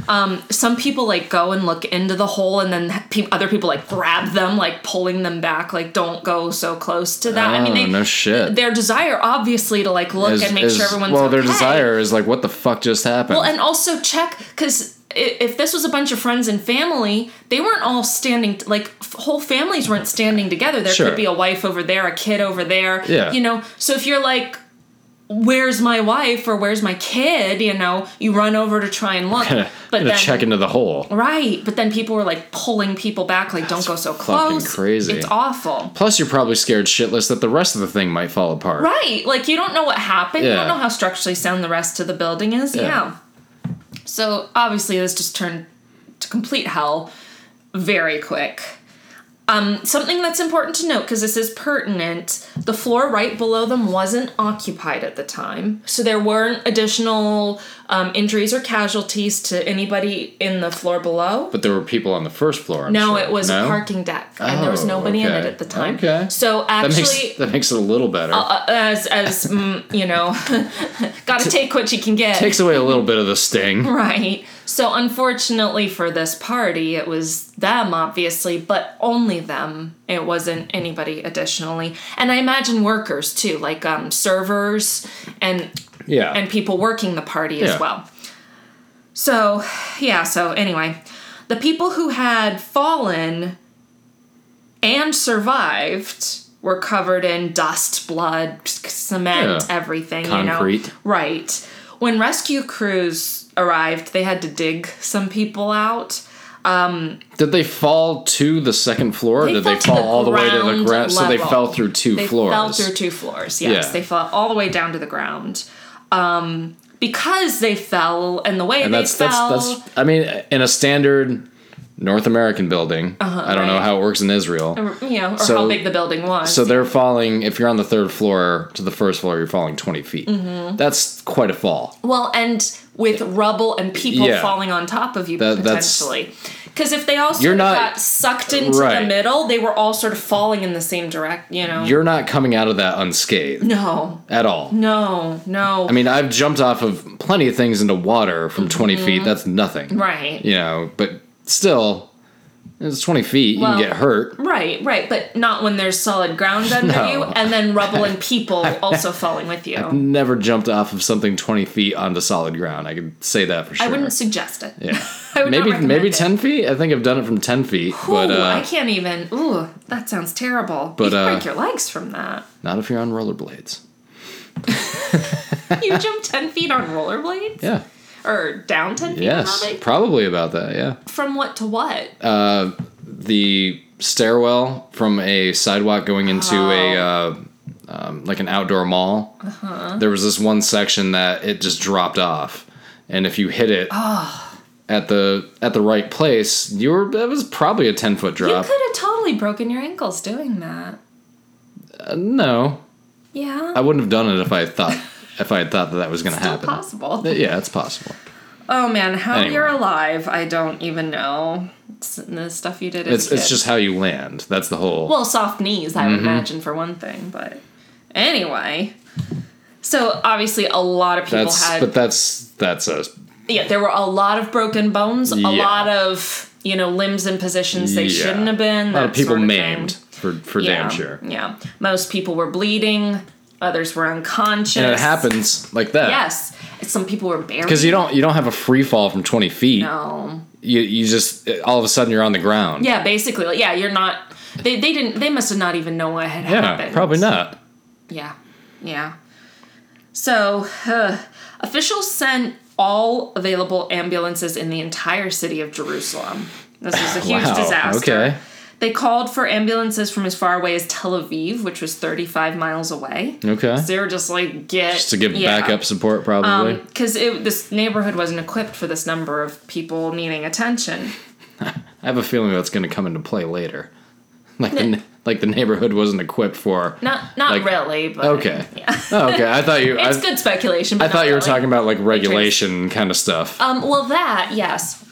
[SPEAKER 1] Um, some people like go and look into the hole, and then pe- other people like grab them, like pulling them back, like don't go so close to that. I mean,
[SPEAKER 2] Oh,
[SPEAKER 1] they,
[SPEAKER 2] no shit.
[SPEAKER 1] their desire obviously to like look
[SPEAKER 2] Is-
[SPEAKER 1] and make
[SPEAKER 2] is-
[SPEAKER 1] sure everyone's
[SPEAKER 2] well, their
[SPEAKER 1] okay.
[SPEAKER 2] desire is like, what the fuck just happened?
[SPEAKER 1] Well, and also check because if this was a bunch of friends and family, they weren't all standing like f- whole families weren't standing together. There
[SPEAKER 2] Sure.
[SPEAKER 1] could be a wife over there, a kid over there.
[SPEAKER 2] Yeah.
[SPEAKER 1] you know. So if you're like. Where's my wife or where's my kid? You know, you run over to try and look,
[SPEAKER 2] Gonna-
[SPEAKER 1] but
[SPEAKER 2] gonna
[SPEAKER 1] then
[SPEAKER 2] check into the hole.
[SPEAKER 1] right. But then people were like pulling people back, like don't go so
[SPEAKER 2] fucking
[SPEAKER 1] close.
[SPEAKER 2] crazy.
[SPEAKER 1] It's awful.
[SPEAKER 2] Plus, you're probably scared shitless that the rest of the thing might fall apart.
[SPEAKER 1] Right. Like you don't know what happened. You
[SPEAKER 2] Yeah.
[SPEAKER 1] don't know how structurally sound the rest of the building is.
[SPEAKER 2] Yeah.
[SPEAKER 1] Yeah. So obviously this just turned to complete hell very quick. Um, something that's important to note because this is pertinent the floor right below them wasn't occupied at the time so there weren't additional um, injuries or casualties to anybody in the floor below
[SPEAKER 2] But there were people on the first floor. I'm
[SPEAKER 1] no
[SPEAKER 2] sure.
[SPEAKER 1] it was
[SPEAKER 2] No?
[SPEAKER 1] a parking deck and there was
[SPEAKER 2] Oh,
[SPEAKER 1] nobody in it
[SPEAKER 2] okay.
[SPEAKER 1] at the time
[SPEAKER 2] Okay.
[SPEAKER 1] so
[SPEAKER 2] That
[SPEAKER 1] actually
[SPEAKER 2] makes that makes it a little better.
[SPEAKER 1] uh, as as mm, you know, got to take what you can get.
[SPEAKER 2] Takes away a little bit of the sting.
[SPEAKER 1] right. So unfortunately for this party, it was them obviously, but only them. It wasn't anybody additionally, and I imagine workers too, like um, servers and
[SPEAKER 2] Yeah.
[SPEAKER 1] and people working the party
[SPEAKER 2] Yeah.
[SPEAKER 1] as well. So, yeah, so anyway, the people who had fallen and survived were covered in dust, blood, cement,
[SPEAKER 2] Yeah.
[SPEAKER 1] everything, you
[SPEAKER 2] Concrete.
[SPEAKER 1] know. Right. When rescue crews arrived, they had to dig some people out.
[SPEAKER 2] Did they fall to the second floor? or
[SPEAKER 1] They
[SPEAKER 2] did
[SPEAKER 1] fell
[SPEAKER 2] they
[SPEAKER 1] to
[SPEAKER 2] fall
[SPEAKER 1] the
[SPEAKER 2] all the way to the
[SPEAKER 1] ground
[SPEAKER 2] ground? So they
[SPEAKER 1] level.
[SPEAKER 2] fell through two
[SPEAKER 1] They
[SPEAKER 2] floors.
[SPEAKER 1] fell through two floors. Yes,
[SPEAKER 2] Yeah.
[SPEAKER 1] they fell all the way down to the ground. Um, because they fell and the way
[SPEAKER 2] and
[SPEAKER 1] they
[SPEAKER 2] that's
[SPEAKER 1] fell,
[SPEAKER 2] that's that's. I mean, in a standard North American building, I don't
[SPEAKER 1] Uh-huh,
[SPEAKER 2] know
[SPEAKER 1] right.
[SPEAKER 2] how it works in Israel.
[SPEAKER 1] or, you know, or
[SPEAKER 2] So-
[SPEAKER 1] how big the building was.
[SPEAKER 2] So they're falling. If you're on the third floor to the first floor, you're falling twenty feet.
[SPEAKER 1] Mm-hmm.
[SPEAKER 2] That's quite a fall.
[SPEAKER 1] Well, and with rubble and people
[SPEAKER 2] Yeah.
[SPEAKER 1] falling on top of you
[SPEAKER 2] That- that's-
[SPEAKER 1] potentially. Because if they all sort
[SPEAKER 2] You're
[SPEAKER 1] of
[SPEAKER 2] not-
[SPEAKER 1] got sucked into
[SPEAKER 2] right.
[SPEAKER 1] the middle, they were all sort of falling in the same direct. You know.
[SPEAKER 2] You're not coming out of that unscathed
[SPEAKER 1] no,
[SPEAKER 2] at all.
[SPEAKER 1] no, no.
[SPEAKER 2] I mean, I've jumped off of plenty of things into water from 20 feet. That's nothing.
[SPEAKER 1] Mm-hmm. right.
[SPEAKER 2] You know, but still, it's 20 feet.
[SPEAKER 1] Well,
[SPEAKER 2] you can get hurt.
[SPEAKER 1] Right, right, but not when there's solid ground under
[SPEAKER 2] No.
[SPEAKER 1] you, and then rubble and people also falling with you. I,
[SPEAKER 2] Never jumped off of something 20 feet onto solid ground. I could say that for sure.
[SPEAKER 1] wouldn't suggest it.
[SPEAKER 2] Yeah.
[SPEAKER 1] I would not
[SPEAKER 2] maybe
[SPEAKER 1] recommend
[SPEAKER 2] maybe
[SPEAKER 1] it.
[SPEAKER 2] 10 feet? I think I've done it from 10 feet. but
[SPEAKER 1] Ooh, I
[SPEAKER 2] uh,
[SPEAKER 1] can't even. Ooh, that sounds terrible.
[SPEAKER 2] But,
[SPEAKER 1] you can
[SPEAKER 2] uh,
[SPEAKER 1] break your legs from that.
[SPEAKER 2] not if you're on rollerblades.
[SPEAKER 1] You jump ten feet on rollerblades,
[SPEAKER 2] Yeah.
[SPEAKER 1] or down ten feet
[SPEAKER 2] Yes.
[SPEAKER 1] on rollerblades.
[SPEAKER 2] Probably about that. Yeah.
[SPEAKER 1] From what to what?
[SPEAKER 2] the stairwell from a sidewalk going into a uh,
[SPEAKER 1] Oh.
[SPEAKER 2] um, like an outdoor mall.
[SPEAKER 1] Uh-huh.
[SPEAKER 2] There was this one section that it just dropped off, and if you hit it
[SPEAKER 1] Ah.
[SPEAKER 2] at the at the right place, you were that was probably a ten foot
[SPEAKER 1] you
[SPEAKER 2] drop.
[SPEAKER 1] could have totally broken your ankles doing that.
[SPEAKER 2] Uh, no,
[SPEAKER 1] Yeah.
[SPEAKER 2] I wouldn't have done it if I thought if I had thought that that was going to
[SPEAKER 1] Still
[SPEAKER 2] happen.
[SPEAKER 1] possible.
[SPEAKER 2] Yeah, it's possible.
[SPEAKER 1] Oh man, how
[SPEAKER 2] Anyway.
[SPEAKER 1] you're alive, I don't even know. It's the stuff you did as
[SPEAKER 2] It's
[SPEAKER 1] a
[SPEAKER 2] it's
[SPEAKER 1] kid.
[SPEAKER 2] just how you land. That's the whole.
[SPEAKER 1] well, soft knees, I would
[SPEAKER 2] Mm-hmm.
[SPEAKER 1] imagine for one thing, but anyway. So obviously a lot of people
[SPEAKER 2] that's
[SPEAKER 1] had
[SPEAKER 2] but that's that's a
[SPEAKER 1] yeah, there were a lot of broken bones, a
[SPEAKER 2] Yeah.
[SPEAKER 1] lot of, you know, limbs in positions they
[SPEAKER 2] yeah.
[SPEAKER 1] shouldn't have been.
[SPEAKER 2] A lot of people maimed
[SPEAKER 1] maimed.
[SPEAKER 2] for for
[SPEAKER 1] yeah.
[SPEAKER 2] damn sure.
[SPEAKER 1] Yeah. Most people were bleeding, others were unconscious.
[SPEAKER 2] And it happens like that.
[SPEAKER 1] Yes. Some people were buried.
[SPEAKER 2] Because you don't you don't have a free fall from twenty feet.
[SPEAKER 1] No.
[SPEAKER 2] You you just all of a sudden you're on the ground.
[SPEAKER 1] Yeah, basically. like, Yeah, you're not. They, they didn't. They must have not even known what had happened.
[SPEAKER 2] probably not.
[SPEAKER 1] Yeah, yeah. So uh, officials sent all available ambulances in the entire city of Jerusalem. This was a huge
[SPEAKER 2] Wow,
[SPEAKER 1] disaster.
[SPEAKER 2] okay.
[SPEAKER 1] They called for ambulances from as far away as Tel Aviv, which was 35 miles away.
[SPEAKER 2] Okay.
[SPEAKER 1] So they were just like, get.
[SPEAKER 2] Just to give backup support, probably.
[SPEAKER 1] Because this neighborhood wasn't equipped for this number of people needing attention.
[SPEAKER 2] I have a feeling that's going to come into play later, like the, ne- like the neighborhood wasn't equipped for.
[SPEAKER 1] Not not
[SPEAKER 2] Like-
[SPEAKER 1] really, but
[SPEAKER 2] Okay.
[SPEAKER 1] Yeah.
[SPEAKER 2] Oh, okay. I thought you. I,
[SPEAKER 1] it's good speculation. But
[SPEAKER 2] I
[SPEAKER 1] not
[SPEAKER 2] thought you were
[SPEAKER 1] really.
[SPEAKER 2] talking about like regulation kind of stuff.
[SPEAKER 1] Um, well, that yes,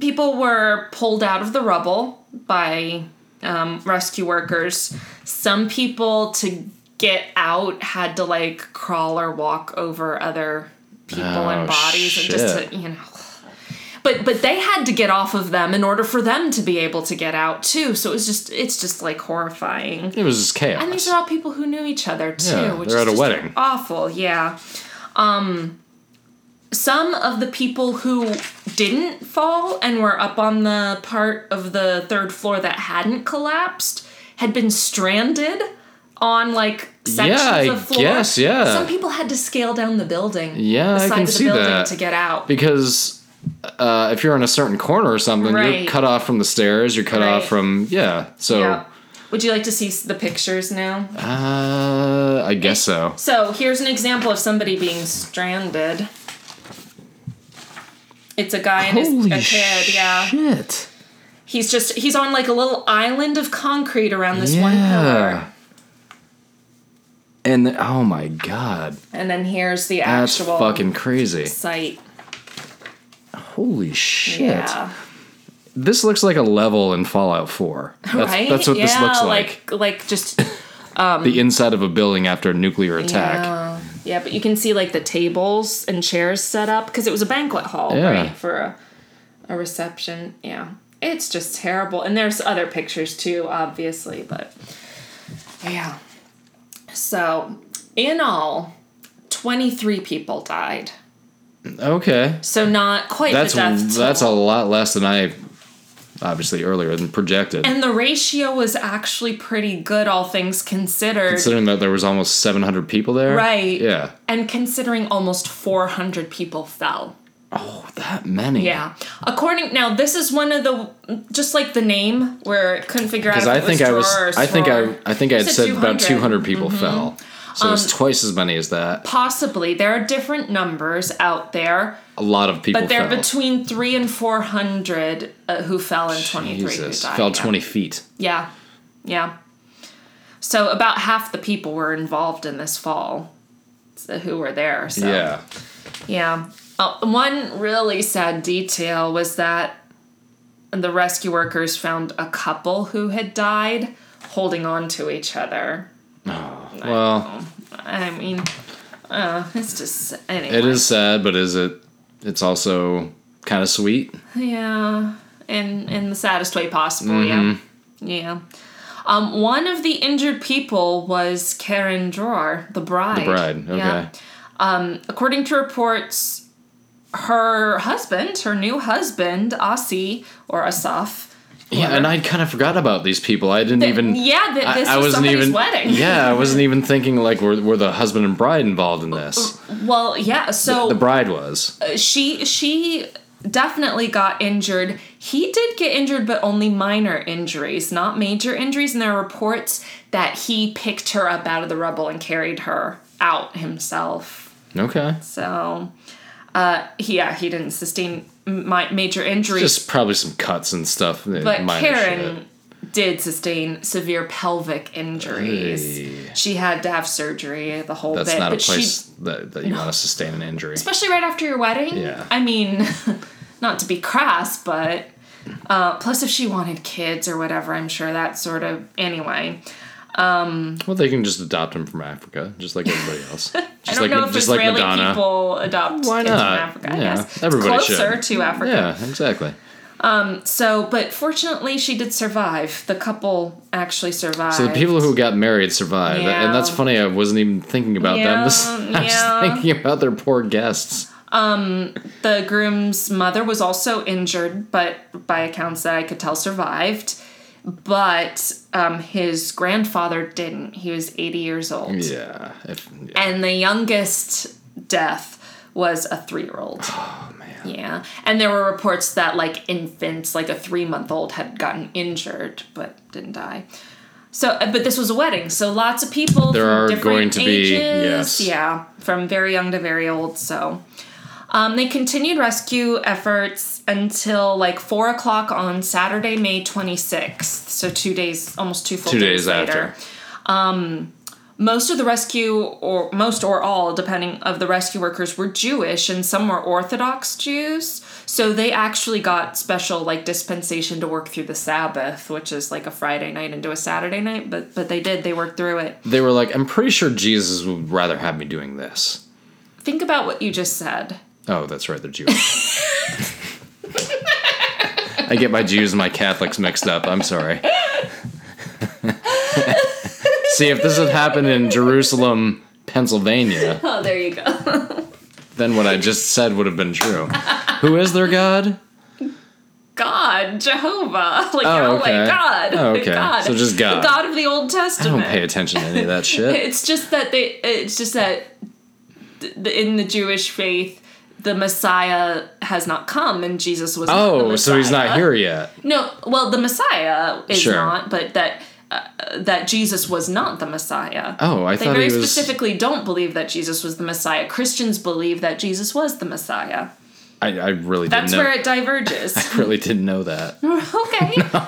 [SPEAKER 1] people were pulled out of the rubble by um, rescue workers. Some people to get out had to like crawl or walk over other people
[SPEAKER 2] Oh,
[SPEAKER 1] and bodies, and just
[SPEAKER 2] shit.
[SPEAKER 1] to, you know. But but they had to get off of them in order for them to be able to get out too. So it was just it's just like horrifying.
[SPEAKER 2] it was just chaos.
[SPEAKER 1] And these are all people who knew each other too,
[SPEAKER 2] Yeah,
[SPEAKER 1] which
[SPEAKER 2] they're
[SPEAKER 1] is
[SPEAKER 2] at a
[SPEAKER 1] just
[SPEAKER 2] wedding.
[SPEAKER 1] awful. Yeah. Um, some of the people who didn't fall and were up on the part of the third floor that hadn't collapsed had been stranded on like sections
[SPEAKER 2] Yeah, I
[SPEAKER 1] of floor.
[SPEAKER 2] guess, yeah.
[SPEAKER 1] Some people had to scale down the building. the
[SPEAKER 2] Yeah, I
[SPEAKER 1] sides
[SPEAKER 2] can
[SPEAKER 1] of the
[SPEAKER 2] see
[SPEAKER 1] building
[SPEAKER 2] that.
[SPEAKER 1] to get out.
[SPEAKER 2] because uh, if you're in a certain corner or something,
[SPEAKER 1] Right.
[SPEAKER 2] you're cut off from the stairs. You're cut
[SPEAKER 1] Right.
[SPEAKER 2] off from yeah. So
[SPEAKER 1] yeah. Would you like to see s- the pictures now?
[SPEAKER 2] uh, I guess so.
[SPEAKER 1] So here's an example of somebody being stranded. It's a guy and his, a kid, yeah.
[SPEAKER 2] shit!
[SPEAKER 1] He's just he's on like a little island of concrete around this one
[SPEAKER 2] Yeah.
[SPEAKER 1] pillar.
[SPEAKER 2] And the- oh my god,
[SPEAKER 1] And then here's the
[SPEAKER 2] that's
[SPEAKER 1] actual
[SPEAKER 2] fucking crazy!
[SPEAKER 1] site.
[SPEAKER 2] Holy shit!
[SPEAKER 1] Yeah.
[SPEAKER 2] This looks like a level in Fallout Four. That's,
[SPEAKER 1] right?
[SPEAKER 2] that's what
[SPEAKER 1] yeah,
[SPEAKER 2] this looks like.
[SPEAKER 1] like like just
[SPEAKER 2] The inside of a building after a nuclear attack.
[SPEAKER 1] Yeah. yeah, but you can see like the tables and chairs set up because it was a banquet hall,
[SPEAKER 2] Yeah.
[SPEAKER 1] right? For a, a reception. Yeah. It's just terrible. And there's other pictures too, obviously, but yeah. So, in all, 23 people died.
[SPEAKER 2] Okay,
[SPEAKER 1] So, not quite
[SPEAKER 2] that's
[SPEAKER 1] the death toll.
[SPEAKER 2] that's a lot less than I obviously earlier than projected.
[SPEAKER 1] And the ratio was actually pretty good, all things considered.
[SPEAKER 2] Considering that there was almost 700 people there.
[SPEAKER 1] Right.
[SPEAKER 2] Yeah.
[SPEAKER 1] and considering almost 400 people fell.
[SPEAKER 2] Oh, that many.
[SPEAKER 1] Yeah. According now, this is one of the just like the name where it couldn't figure out.
[SPEAKER 2] Because
[SPEAKER 1] If
[SPEAKER 2] I
[SPEAKER 1] it was
[SPEAKER 2] think I was.
[SPEAKER 1] drawer or
[SPEAKER 2] I think I.
[SPEAKER 1] soror.
[SPEAKER 2] I think I had
[SPEAKER 1] You
[SPEAKER 2] said
[SPEAKER 1] said 200
[SPEAKER 2] about 200 people
[SPEAKER 1] Mm-hmm.
[SPEAKER 2] fell. So it's
[SPEAKER 1] Um,
[SPEAKER 2] twice as many as that.
[SPEAKER 1] Possibly there are different numbers out there,
[SPEAKER 2] A lot of people.
[SPEAKER 1] but they're
[SPEAKER 2] fell.
[SPEAKER 1] between three and four hundred uh, who fell and twenty three who died.
[SPEAKER 2] Jesus, fell
[SPEAKER 1] yeah.
[SPEAKER 2] 20 feet.
[SPEAKER 1] Yeah, yeah. So about half the people were involved in this fall, so who were there. So.
[SPEAKER 2] Yeah.
[SPEAKER 1] Yeah. Uh, one really sad detail was that the rescue workers found a couple who had died holding on to each other. oh
[SPEAKER 2] Well,
[SPEAKER 1] I mean, uh, it's just anyway.
[SPEAKER 2] it is sad, but is it? It's also kind of sweet.
[SPEAKER 1] Yeah, in in the saddest way possible.
[SPEAKER 2] Mm-hmm.
[SPEAKER 1] Yeah, yeah. Um, one of the injured people was Karen Drawer, the bride. The
[SPEAKER 2] Bride. Okay.
[SPEAKER 1] According to reports, her husband, her new husband, Asi or Asaf,
[SPEAKER 2] Yeah, and I kind of forgot about these people. I didn't even.
[SPEAKER 1] yeah, th-
[SPEAKER 2] I-
[SPEAKER 1] this
[SPEAKER 2] I,
[SPEAKER 1] was
[SPEAKER 2] wasn't
[SPEAKER 1] somebody's
[SPEAKER 2] even.
[SPEAKER 1] wedding.
[SPEAKER 2] Yeah, I wasn't even thinking like were were the husband and bride involved in this?
[SPEAKER 1] Oh, Well, yeah. So
[SPEAKER 2] The bride was.
[SPEAKER 1] she she definitely got injured. He did get injured, but only minor injuries, not major injuries. And there are reports that he picked her up out of the rubble and carried her out himself.
[SPEAKER 2] Okay.
[SPEAKER 1] So, uh, he- yeah, he didn't sustain my major injuries.
[SPEAKER 2] Just probably some cuts and stuff.
[SPEAKER 1] But
[SPEAKER 2] minor
[SPEAKER 1] Karen did sustain severe pelvic injuries.
[SPEAKER 2] Hey.
[SPEAKER 1] She had to have surgery, the whole
[SPEAKER 2] That's
[SPEAKER 1] bit.
[SPEAKER 2] not a
[SPEAKER 1] but she-
[SPEAKER 2] place that, that you want to sustain an injury.
[SPEAKER 1] especially right after your wedding.
[SPEAKER 2] Yeah.
[SPEAKER 1] I mean, not to be crass, but uh, plus if she wanted kids or whatever, I'm sure that sort of anyway.
[SPEAKER 2] Well, they can just adopt him from Africa, just like everybody else. Just
[SPEAKER 1] I don't
[SPEAKER 2] like
[SPEAKER 1] know if
[SPEAKER 2] just like
[SPEAKER 1] Israeli
[SPEAKER 2] Madonna.
[SPEAKER 1] people adopt
[SPEAKER 2] Why
[SPEAKER 1] kids
[SPEAKER 2] not?
[SPEAKER 1] from Africa. I
[SPEAKER 2] Yeah,
[SPEAKER 1] guess
[SPEAKER 2] everybody
[SPEAKER 1] it's closer
[SPEAKER 2] should.
[SPEAKER 1] to Africa.
[SPEAKER 2] Yeah, exactly.
[SPEAKER 1] So, but fortunately, she did survive. The couple actually survived.
[SPEAKER 2] So the people who got married survived,
[SPEAKER 1] Yeah.
[SPEAKER 2] and that's funny. I wasn't even thinking about them.
[SPEAKER 1] Yeah,
[SPEAKER 2] I was
[SPEAKER 1] yeah.
[SPEAKER 2] thinking about their poor guests.
[SPEAKER 1] The groom's mother was also injured, but by accounts that I could tell, survived. But um, his grandfather didn't. He was 80 years old.
[SPEAKER 2] Yeah. If, yeah.
[SPEAKER 1] And the youngest death was a three year old. Oh, man. Yeah. And there were reports that, like, infants, like a three month old, had gotten injured but didn't die. So, uh, but this was a wedding, so lots of people.
[SPEAKER 2] There
[SPEAKER 1] from
[SPEAKER 2] are
[SPEAKER 1] different
[SPEAKER 2] going to be-
[SPEAKER 1] ages,
[SPEAKER 2] yes.
[SPEAKER 1] yeah, from very young to very old. So, Um, they continued rescue efforts until like four o'clock on Saturday, May 26th. So two days, almost two full
[SPEAKER 2] Two
[SPEAKER 1] days,
[SPEAKER 2] days
[SPEAKER 1] later. Um,
[SPEAKER 2] after.
[SPEAKER 1] Most of the rescue, or most or all, depending of the rescue workers, were Jewish and some were Orthodox Jews. So they actually got special like dispensation to work through the Sabbath, which is like a Friday night into a Saturday night. But but they did. They worked through it.
[SPEAKER 2] They were like, I'm pretty sure Jesus would rather have me doing this.
[SPEAKER 1] Think about what you just said.
[SPEAKER 2] Oh, that's right, they're Jewish. I get my Jews and my Catholics mixed up. I'm sorry. See, if this had happened in Jerusalem, Pennsylvania,
[SPEAKER 1] Oh, there you go.
[SPEAKER 2] then what I just said would have been true. Who is their God?
[SPEAKER 1] God, Jehovah, like
[SPEAKER 2] Oh,
[SPEAKER 1] Yahweh,
[SPEAKER 2] okay.
[SPEAKER 1] God,
[SPEAKER 2] Oh, okay.
[SPEAKER 1] God,
[SPEAKER 2] So just God.
[SPEAKER 1] the God of the Old
[SPEAKER 2] I
[SPEAKER 1] Testament.
[SPEAKER 2] don't pay attention to any of that shit.
[SPEAKER 1] It's just that they, it's just that th- the- in the Jewish faith, the Messiah has not come, and Jesus was. not the
[SPEAKER 2] Oh, so he's not
[SPEAKER 1] Messiah.
[SPEAKER 2] here yet.
[SPEAKER 1] No, well, the Messiah is
[SPEAKER 2] Sure.
[SPEAKER 1] not, but that uh, that Jesus was not the Messiah.
[SPEAKER 2] Oh, I
[SPEAKER 1] They
[SPEAKER 2] thought
[SPEAKER 1] very
[SPEAKER 2] he was.
[SPEAKER 1] specifically don't believe that Jesus was the Messiah. Christians believe that Jesus was the Messiah.
[SPEAKER 2] I, I really didn't
[SPEAKER 1] That's
[SPEAKER 2] know.
[SPEAKER 1] where it diverges.
[SPEAKER 2] really didn't know that.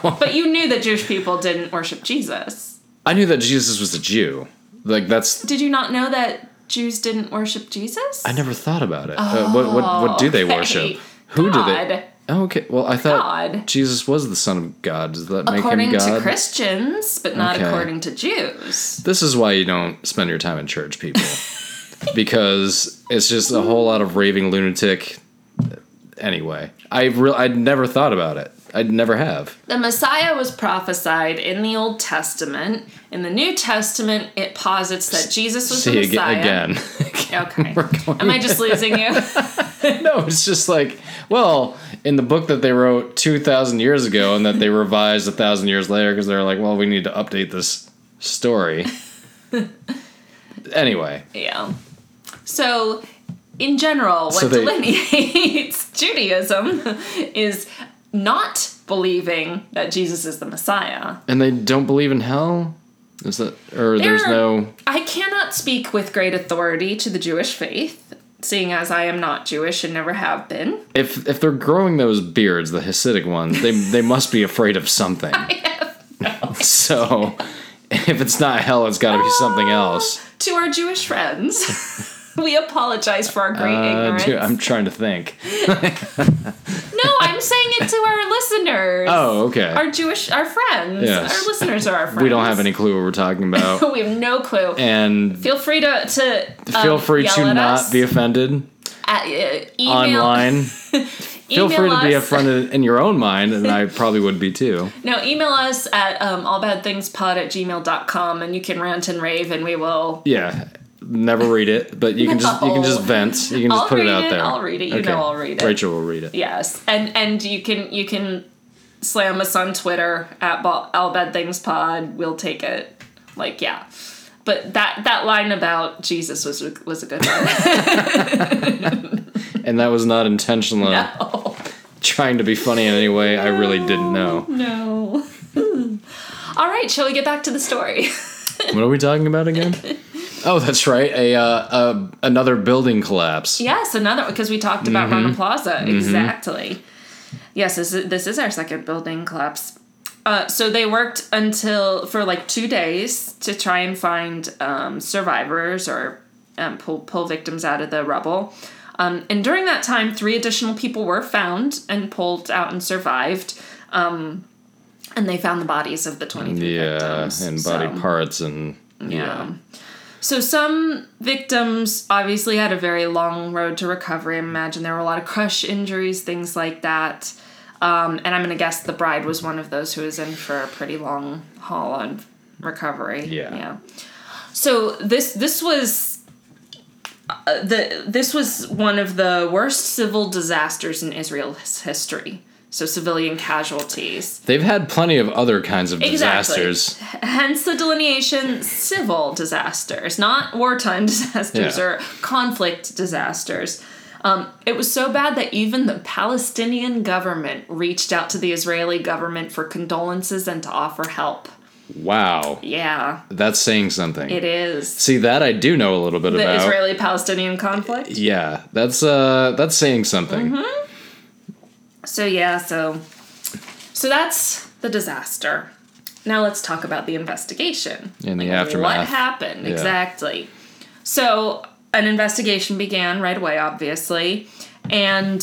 [SPEAKER 1] Okay. But you knew that Jewish people didn't worship Jesus.
[SPEAKER 2] I knew that Jesus was a Jew. Like that's
[SPEAKER 1] Did you not know that Jews didn't worship Jesus?
[SPEAKER 2] I never thought about it. Uh, what what what do they
[SPEAKER 1] okay.
[SPEAKER 2] worship? Who do
[SPEAKER 1] Oh, God.
[SPEAKER 2] they? Oh, okay. Well, I thought
[SPEAKER 1] God.
[SPEAKER 2] Jesus was the Son of God. Does that make
[SPEAKER 1] According
[SPEAKER 2] him God?
[SPEAKER 1] to Christians, but not
[SPEAKER 2] Okay.
[SPEAKER 1] according to Jews.
[SPEAKER 2] This is why you don't spend your time in church, people, because it's just a whole lot of raving lunatic. Anyway, I real I'd never thought about it. I'd never have.
[SPEAKER 1] The Messiah was prophesied in the Old Testament. In the New Testament, it posits that Jesus was
[SPEAKER 2] See
[SPEAKER 1] the Messiah.
[SPEAKER 2] aga- again.
[SPEAKER 1] Okay.
[SPEAKER 2] going
[SPEAKER 1] Am I just losing you?
[SPEAKER 2] no, it's just like well, in the book that they wrote two thousand years ago and that they revised a thousand years later because they're like, well, we need to update this story. anyway,
[SPEAKER 1] yeah. So, in general, what
[SPEAKER 2] So they-
[SPEAKER 1] delineates Judaism is not believing that Jesus is the Messiah.
[SPEAKER 2] and they don't believe in hell. Is that or there's
[SPEAKER 1] They're-
[SPEAKER 2] no
[SPEAKER 1] I cannot speak with great authority to the Jewish faith, seeing as I am not Jewish and never have been.
[SPEAKER 2] if if they're growing those beards, the Hasidic ones, they they must be afraid of something. so if it's not hell, it's got to be something
[SPEAKER 1] Oh,
[SPEAKER 2] else.
[SPEAKER 1] To our Jewish friends, we apologize for our great
[SPEAKER 2] Uh,
[SPEAKER 1] ignorance.
[SPEAKER 2] dude, I'm trying to think.
[SPEAKER 1] no, I'm saying it to our listeners.
[SPEAKER 2] Oh, okay.
[SPEAKER 1] Our Jewish, our friends.
[SPEAKER 2] Yes.
[SPEAKER 1] Our listeners are our friends.
[SPEAKER 2] we don't have any clue what we're talking about,
[SPEAKER 1] we have no clue.
[SPEAKER 2] and
[SPEAKER 1] Feel free to, to um,
[SPEAKER 2] feel free
[SPEAKER 1] yell
[SPEAKER 2] to
[SPEAKER 1] at
[SPEAKER 2] not
[SPEAKER 1] us
[SPEAKER 2] be offended
[SPEAKER 1] at, uh, email,
[SPEAKER 2] online. feel
[SPEAKER 1] email
[SPEAKER 2] free to be
[SPEAKER 1] us-
[SPEAKER 2] offended in your own mind, and I probably would be too.
[SPEAKER 1] No, email us at um, allbadthingspod at gmail.com and you can rant and rave and we will.
[SPEAKER 2] Yeah. Never read it, but you can just you can just
[SPEAKER 1] No.
[SPEAKER 2] vent. You can just
[SPEAKER 1] I'll
[SPEAKER 2] put it
[SPEAKER 1] read
[SPEAKER 2] out
[SPEAKER 1] it,
[SPEAKER 2] there.
[SPEAKER 1] I'll read it, you know I'll read it.
[SPEAKER 2] Rachel will read it.
[SPEAKER 1] Yes, and and you can you can slam us on Twitter at Ba- all bad things pod. We'll take it. Like yeah, but that that line about Jesus was was a good one.
[SPEAKER 2] And that was not intentional.
[SPEAKER 1] no,
[SPEAKER 2] trying to be funny in any way I really didn't know.
[SPEAKER 1] no. all right, shall we get back to the story?
[SPEAKER 2] What are we talking about again? Oh, that's right. A, uh, uh another building collapse.
[SPEAKER 1] yes, another because we talked about Rana Plaza exactly. Yes, this is, this is our second building collapse. Uh, so they worked until for like two days to try and find um, survivors or um, pull pull victims out of the rubble. Um, and during that time, three additional people were found and pulled out and survived. Um, and they found the bodies of the twenty three
[SPEAKER 2] Yeah,
[SPEAKER 1] victims
[SPEAKER 2] and body
[SPEAKER 1] so.
[SPEAKER 2] parts and yeah.
[SPEAKER 1] Yeah. Um, So some victims obviously had a very long road to recovery. I imagine there were a lot of crush injuries, things like that. Um, and I'm gonna guess the bride was one of those who was in for a pretty long haul on recovery.
[SPEAKER 2] Yeah.
[SPEAKER 1] Yeah. So this this was uh, the this was one of the worst civil disasters in Israel's history. So civilian casualties.
[SPEAKER 2] They've had plenty of other kinds of disasters.
[SPEAKER 1] Exactly. Hence the delineation civil disasters, not wartime disasters
[SPEAKER 2] Yeah.
[SPEAKER 1] or conflict disasters. Um, it was so bad that even the Palestinian government reached out to the Israeli government for condolences and to offer help.
[SPEAKER 2] Wow,
[SPEAKER 1] Yeah,
[SPEAKER 2] that's saying something.
[SPEAKER 1] it is.
[SPEAKER 2] See that I do know a little bit
[SPEAKER 1] The
[SPEAKER 2] about.
[SPEAKER 1] Israeli Palestinian conflict.
[SPEAKER 2] yeah, that's uh that's saying something.
[SPEAKER 1] Mm-hmm. So yeah, so so that's the disaster. Now let's talk about the investigation.
[SPEAKER 2] In the
[SPEAKER 1] What
[SPEAKER 2] aftermath.
[SPEAKER 1] happened
[SPEAKER 2] Yeah.
[SPEAKER 1] exactly? So an investigation began right away, obviously, and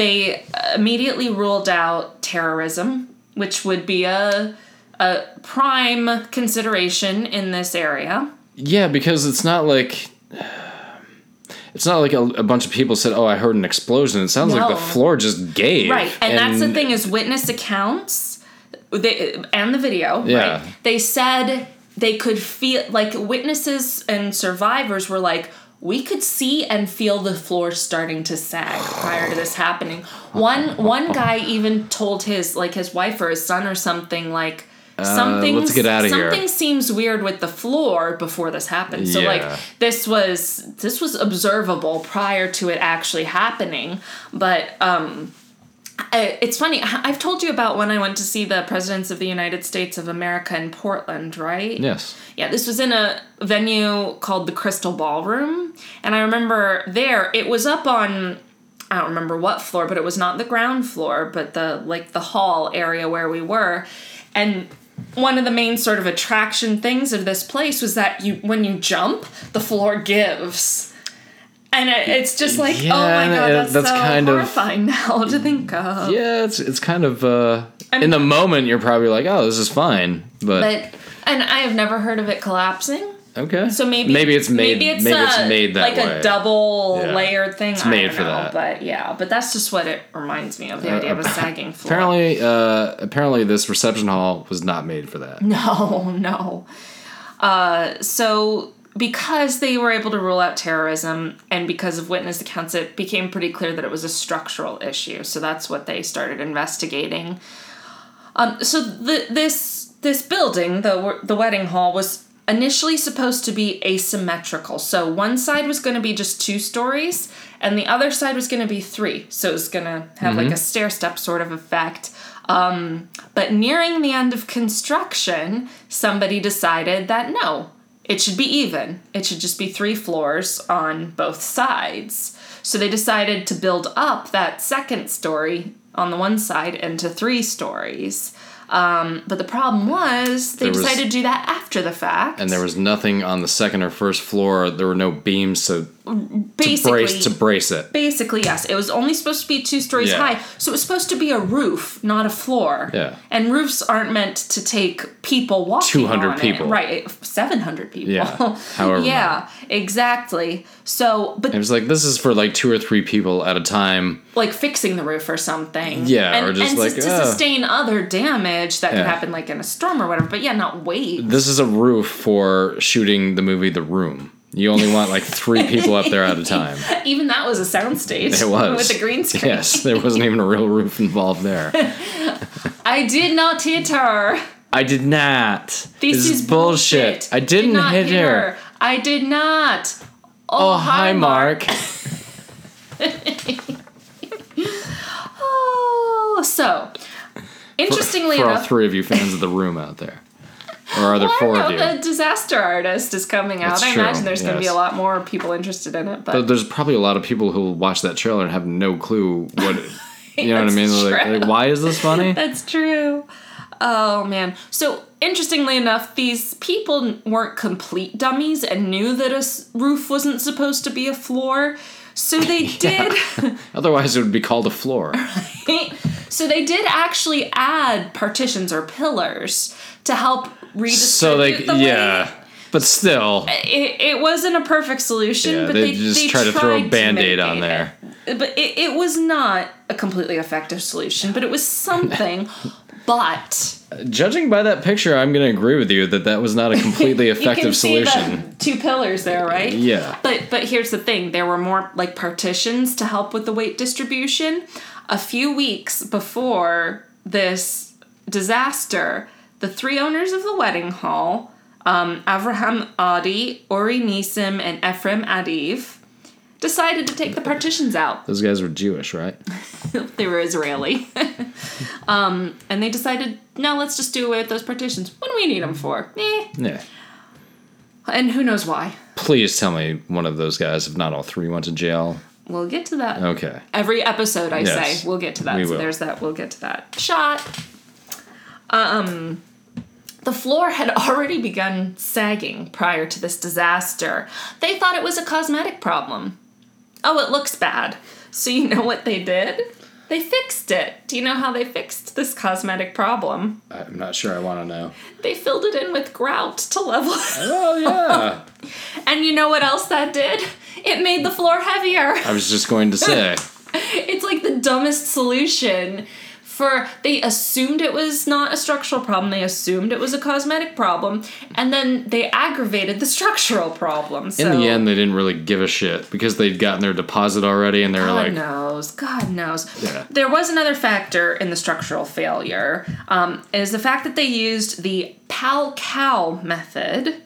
[SPEAKER 1] they immediately ruled out terrorism, which would be a a prime consideration in this area.
[SPEAKER 2] Yeah, because it's not like it's not like a, a bunch of people said, "Oh, I heard an explosion." It sounds like
[SPEAKER 1] No.
[SPEAKER 2] the floor just gave.
[SPEAKER 1] Right, and, that's the thing is witness accounts, they, and the video.
[SPEAKER 2] Yeah.
[SPEAKER 1] right, they said they could feel like witnesses and survivors were like. We could see and feel the floor starting to sag prior to this happening. One one guy even told his like his wife or his son or something like something
[SPEAKER 2] Uh, let's get outta here."
[SPEAKER 1] something seems weird with the floor before this happened. So
[SPEAKER 2] Yeah.
[SPEAKER 1] like this was this was observable prior to it actually happening, but I- Uh, it's funny. I- I've told you about when I went to see the presidents of the United States of America in Portland, right?
[SPEAKER 2] Yes.
[SPEAKER 1] Yeah, this was in a venue called the Crystal Ballroom. And I remember there, it was up on, I don't remember what floor, but it was not the ground floor, but the, like, the hall area where we were. And one of the main sort of attraction things of this place was that you, when you jump, the floor gives. And it, it's just like, oh
[SPEAKER 2] Yeah,
[SPEAKER 1] my god, that's,
[SPEAKER 2] that's
[SPEAKER 1] so
[SPEAKER 2] kind of-
[SPEAKER 1] horrifying now to think of.
[SPEAKER 2] Yeah, it's it's kind of uh in the moment you're probably like, "Oh, this is fine." But,
[SPEAKER 1] But and I have never heard of it collapsing.
[SPEAKER 2] okay.
[SPEAKER 1] So maybe
[SPEAKER 2] maybe it's made
[SPEAKER 1] maybe it's, a-
[SPEAKER 2] made that
[SPEAKER 1] like
[SPEAKER 2] way.
[SPEAKER 1] a double
[SPEAKER 2] Yeah.
[SPEAKER 1] layered thing. It's
[SPEAKER 2] made
[SPEAKER 1] I don't
[SPEAKER 2] for
[SPEAKER 1] know,
[SPEAKER 2] that. Uh,
[SPEAKER 1] But yeah, but that's just what it reminds me of the idea of a sagging floor.
[SPEAKER 2] Apparently, uh, apparently, this reception hall was not made for that.
[SPEAKER 1] No, no. Uh, so because they were able to rule out terrorism and because of witness accounts, it became pretty clear that it was a structural issue. So that's what they started investigating. Um, so the, this this building, the the wedding hall, was initially supposed to be asymmetrical. So one side was going to be just two stories, and the other side was going to be three. So it was going to have like a stair step sort of effect. But nearing the end of construction, somebody decided that no, it should be even. It should just be three floors on both sides. So they decided to build up that second story on the one side into three stories. Um, but the problem was they
[SPEAKER 2] There was-
[SPEAKER 1] decided to do that after the fact.
[SPEAKER 2] And there was nothing on the second or first floor. There were no beams to
[SPEAKER 1] basically,
[SPEAKER 2] brace to brace it.
[SPEAKER 1] basically yes it was only supposed to be two stories
[SPEAKER 2] Yeah.
[SPEAKER 1] high so it was supposed to be a roof not a floor
[SPEAKER 2] Yeah.
[SPEAKER 1] and roofs aren't meant to take people walking
[SPEAKER 2] 200
[SPEAKER 1] on it.
[SPEAKER 2] people.
[SPEAKER 1] right it- 700 people
[SPEAKER 2] Yeah, however
[SPEAKER 1] yeah exactly so but
[SPEAKER 2] It was like this is for like two or three people at a time.
[SPEAKER 1] like fixing the roof or something
[SPEAKER 2] Yeah,
[SPEAKER 1] and,
[SPEAKER 2] or just
[SPEAKER 1] and
[SPEAKER 2] like,
[SPEAKER 1] to
[SPEAKER 2] "Oh."
[SPEAKER 1] sustain other damage that could
[SPEAKER 2] Yeah.
[SPEAKER 1] happen like in a storm or whatever but yeah not wait
[SPEAKER 2] This is a roof for shooting the movie The Room. You only want like three people up there at a time.
[SPEAKER 1] even that was a soundstage
[SPEAKER 2] It was
[SPEAKER 1] with a green screen
[SPEAKER 2] Yes, there wasn't even a real roof involved there.
[SPEAKER 1] i did not hit her
[SPEAKER 2] I did not.
[SPEAKER 1] This, is, bullshit.
[SPEAKER 2] I didn't
[SPEAKER 1] Did not
[SPEAKER 2] hit, her.
[SPEAKER 1] I did not.
[SPEAKER 2] Oh, hi, Mark.
[SPEAKER 1] Oh, so interestingly
[SPEAKER 2] for all
[SPEAKER 1] enough,
[SPEAKER 2] three of you fans of The Room out there, or are there
[SPEAKER 1] I
[SPEAKER 2] four
[SPEAKER 1] know
[SPEAKER 2] of you?
[SPEAKER 1] the disaster artist is coming out.
[SPEAKER 2] That's
[SPEAKER 1] I
[SPEAKER 2] true,
[SPEAKER 1] imagine there's going to be a
[SPEAKER 2] yes.
[SPEAKER 1] lot more people interested in it, but.
[SPEAKER 2] But there's probably a lot of people who will watch that trailer and have no clue what. You know what
[SPEAKER 1] That's
[SPEAKER 2] I mean? They're Like,
[SPEAKER 1] true.
[SPEAKER 2] like, why is this funny?
[SPEAKER 1] That's true. Oh man. So interestingly enough, these people weren't complete dummies and knew that a s- roof wasn't supposed to be a floor. So they did
[SPEAKER 2] Otherwise, it would be called a floor.
[SPEAKER 1] Eh. so they did actually add partitions or pillars to help
[SPEAKER 2] So
[SPEAKER 1] redistribute
[SPEAKER 2] like,
[SPEAKER 1] the
[SPEAKER 2] yeah,
[SPEAKER 1] weight.
[SPEAKER 2] but still,
[SPEAKER 1] It, it wasn't a perfect solution,
[SPEAKER 2] Yeah,
[SPEAKER 1] but
[SPEAKER 2] they
[SPEAKER 1] they,
[SPEAKER 2] just
[SPEAKER 1] they
[SPEAKER 2] try to
[SPEAKER 1] tried
[SPEAKER 2] throw a Band-Aid on
[SPEAKER 1] mitigate
[SPEAKER 2] there.
[SPEAKER 1] it. But it, it was not a completely effective solution, but it was something. but
[SPEAKER 2] judging by that picture, I'm going to agree with you that that was not a completely
[SPEAKER 1] you can
[SPEAKER 2] effective
[SPEAKER 1] see the
[SPEAKER 2] solution.
[SPEAKER 1] two pillars there, right?
[SPEAKER 2] Yeah.
[SPEAKER 1] But but here's the thing: there were more like partitions to help with the weight distribution. A few weeks before this disaster, the three owners of the wedding hall, um, Avraham Adi, Ori Nisim, and Ephraim Adiv, decided to take the partitions out.
[SPEAKER 2] Those guys were Jewish, right?
[SPEAKER 1] they were Israeli. um, and they decided, no, let's just do away with those partitions. What do we need them for? Eh.
[SPEAKER 2] Yeah.
[SPEAKER 1] And who knows why?
[SPEAKER 2] Please tell me one of those guys, if not all three, went to jail.
[SPEAKER 1] We'll get to that.
[SPEAKER 2] Okay.
[SPEAKER 1] Every episode, I
[SPEAKER 2] Yes.
[SPEAKER 1] say, we'll get to that.
[SPEAKER 2] We
[SPEAKER 1] so
[SPEAKER 2] will.
[SPEAKER 1] there's that. We'll get to that. Shot. Um, the floor had already begun sagging prior to this disaster. They thought it was a cosmetic problem. Oh, it looks bad. So you know what they did? They fixed it. Do you know how they fixed this cosmetic problem?
[SPEAKER 2] I'm not sure I want to know.
[SPEAKER 1] They filled it in with grout to level it.
[SPEAKER 2] Oh, yeah.
[SPEAKER 1] And you know what else that did? It made the floor heavier.
[SPEAKER 2] I was just going to say.
[SPEAKER 1] It's like the dumbest solution for they assumed it was not a structural problem, they assumed it was a cosmetic problem, and then they aggravated the structural problem. So
[SPEAKER 2] In the end, they didn't really give a shit because they'd gotten their deposit already and they were
[SPEAKER 1] God
[SPEAKER 2] like,
[SPEAKER 1] knows. God knows.
[SPEAKER 2] Yeah.
[SPEAKER 1] There was another factor in the structural failure. Um, is the fact that they used the pal-cal method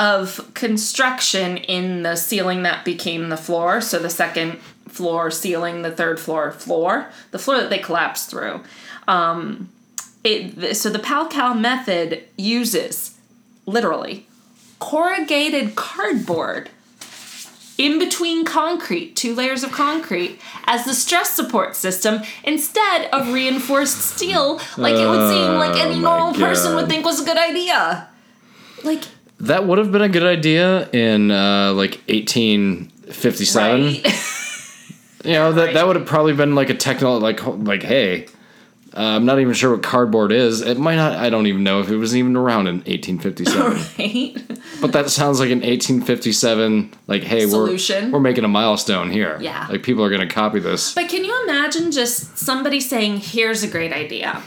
[SPEAKER 1] of construction in the ceiling that became the floor. So the second floor ceiling, the third floor floor, the floor that they collapsed through. Um, it th- so the pal-cal method uses literally corrugated cardboard in between concrete, two layers of concrete, as the stress support system instead of reinforced steel, like it would seem like
[SPEAKER 2] Oh
[SPEAKER 1] any
[SPEAKER 2] my
[SPEAKER 1] normal person would
[SPEAKER 2] God.
[SPEAKER 1] think was a good idea. Like,
[SPEAKER 2] that would have been a good idea in uh, like 1857.
[SPEAKER 1] right?
[SPEAKER 2] You know, that, that
[SPEAKER 1] Right.
[SPEAKER 2] would have probably been like a technical, like, ho- like hey, uh, I'm not even sure what cardboard is. It might not, I don't even know if it was even around in 1857.
[SPEAKER 1] right?
[SPEAKER 2] but that sounds like an 1857, like, hey,
[SPEAKER 1] Solution.
[SPEAKER 2] We're, we're making a milestone here.
[SPEAKER 1] Yeah.
[SPEAKER 2] Like, people are going to copy this.
[SPEAKER 1] But can you imagine just somebody saying, here's a great idea?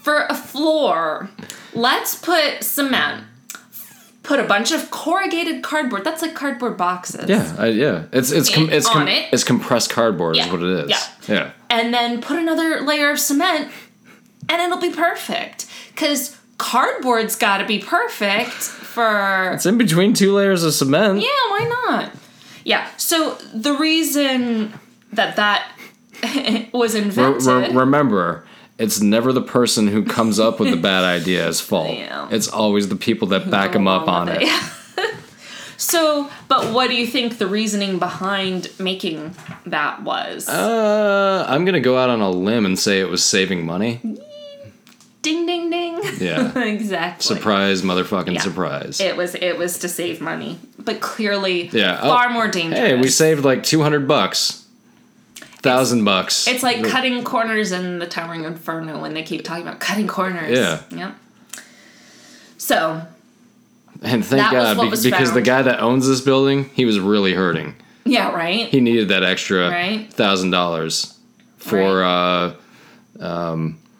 [SPEAKER 1] For a floor, let's put cement, put a bunch of corrugated cardboard. That's like cardboard boxes.
[SPEAKER 2] Yeah, I, yeah. It's it's com-
[SPEAKER 1] And
[SPEAKER 2] it's com-
[SPEAKER 1] on it.
[SPEAKER 2] it's compressed cardboard
[SPEAKER 1] Yeah,
[SPEAKER 2] is what it is.
[SPEAKER 1] yeah.
[SPEAKER 2] yeah.
[SPEAKER 1] and then put another layer of cement and it'll be perfect because cardboard's got to be perfect for
[SPEAKER 2] It's in between two layers of cement.
[SPEAKER 1] yeah why not yeah so the reason that that was
[SPEAKER 2] Re-
[SPEAKER 1] invented
[SPEAKER 2] re- remember, it's never the person who comes up with the bad idea's fault.
[SPEAKER 1] Yeah.
[SPEAKER 2] It's always the people that back them up on it.
[SPEAKER 1] so but what do you think the reasoning behind making that was
[SPEAKER 2] Uh, I'm gonna go out on a limb and say it was saving money.
[SPEAKER 1] ding ding ding
[SPEAKER 2] Yeah.
[SPEAKER 1] exactly
[SPEAKER 2] Surprise, motherfucking
[SPEAKER 1] Yeah.
[SPEAKER 2] surprise.
[SPEAKER 1] it was it was to save money but clearly
[SPEAKER 2] Yeah, oh,
[SPEAKER 1] far more dangerous
[SPEAKER 2] hey, we saved like two hundred bucks, thousand bucks.
[SPEAKER 1] It's like cutting corners in the Towering Inferno when they keep talking about cutting corners.
[SPEAKER 2] Yeah.
[SPEAKER 1] Yep. So,
[SPEAKER 2] and thank
[SPEAKER 1] that was
[SPEAKER 2] God
[SPEAKER 1] what
[SPEAKER 2] be-
[SPEAKER 1] was
[SPEAKER 2] because the
[SPEAKER 1] found.
[SPEAKER 2] guy that owns this building, he was really hurting.
[SPEAKER 1] yeah, right?
[SPEAKER 2] he needed that extra
[SPEAKER 1] Right.
[SPEAKER 2] thousand dollars for uh, um,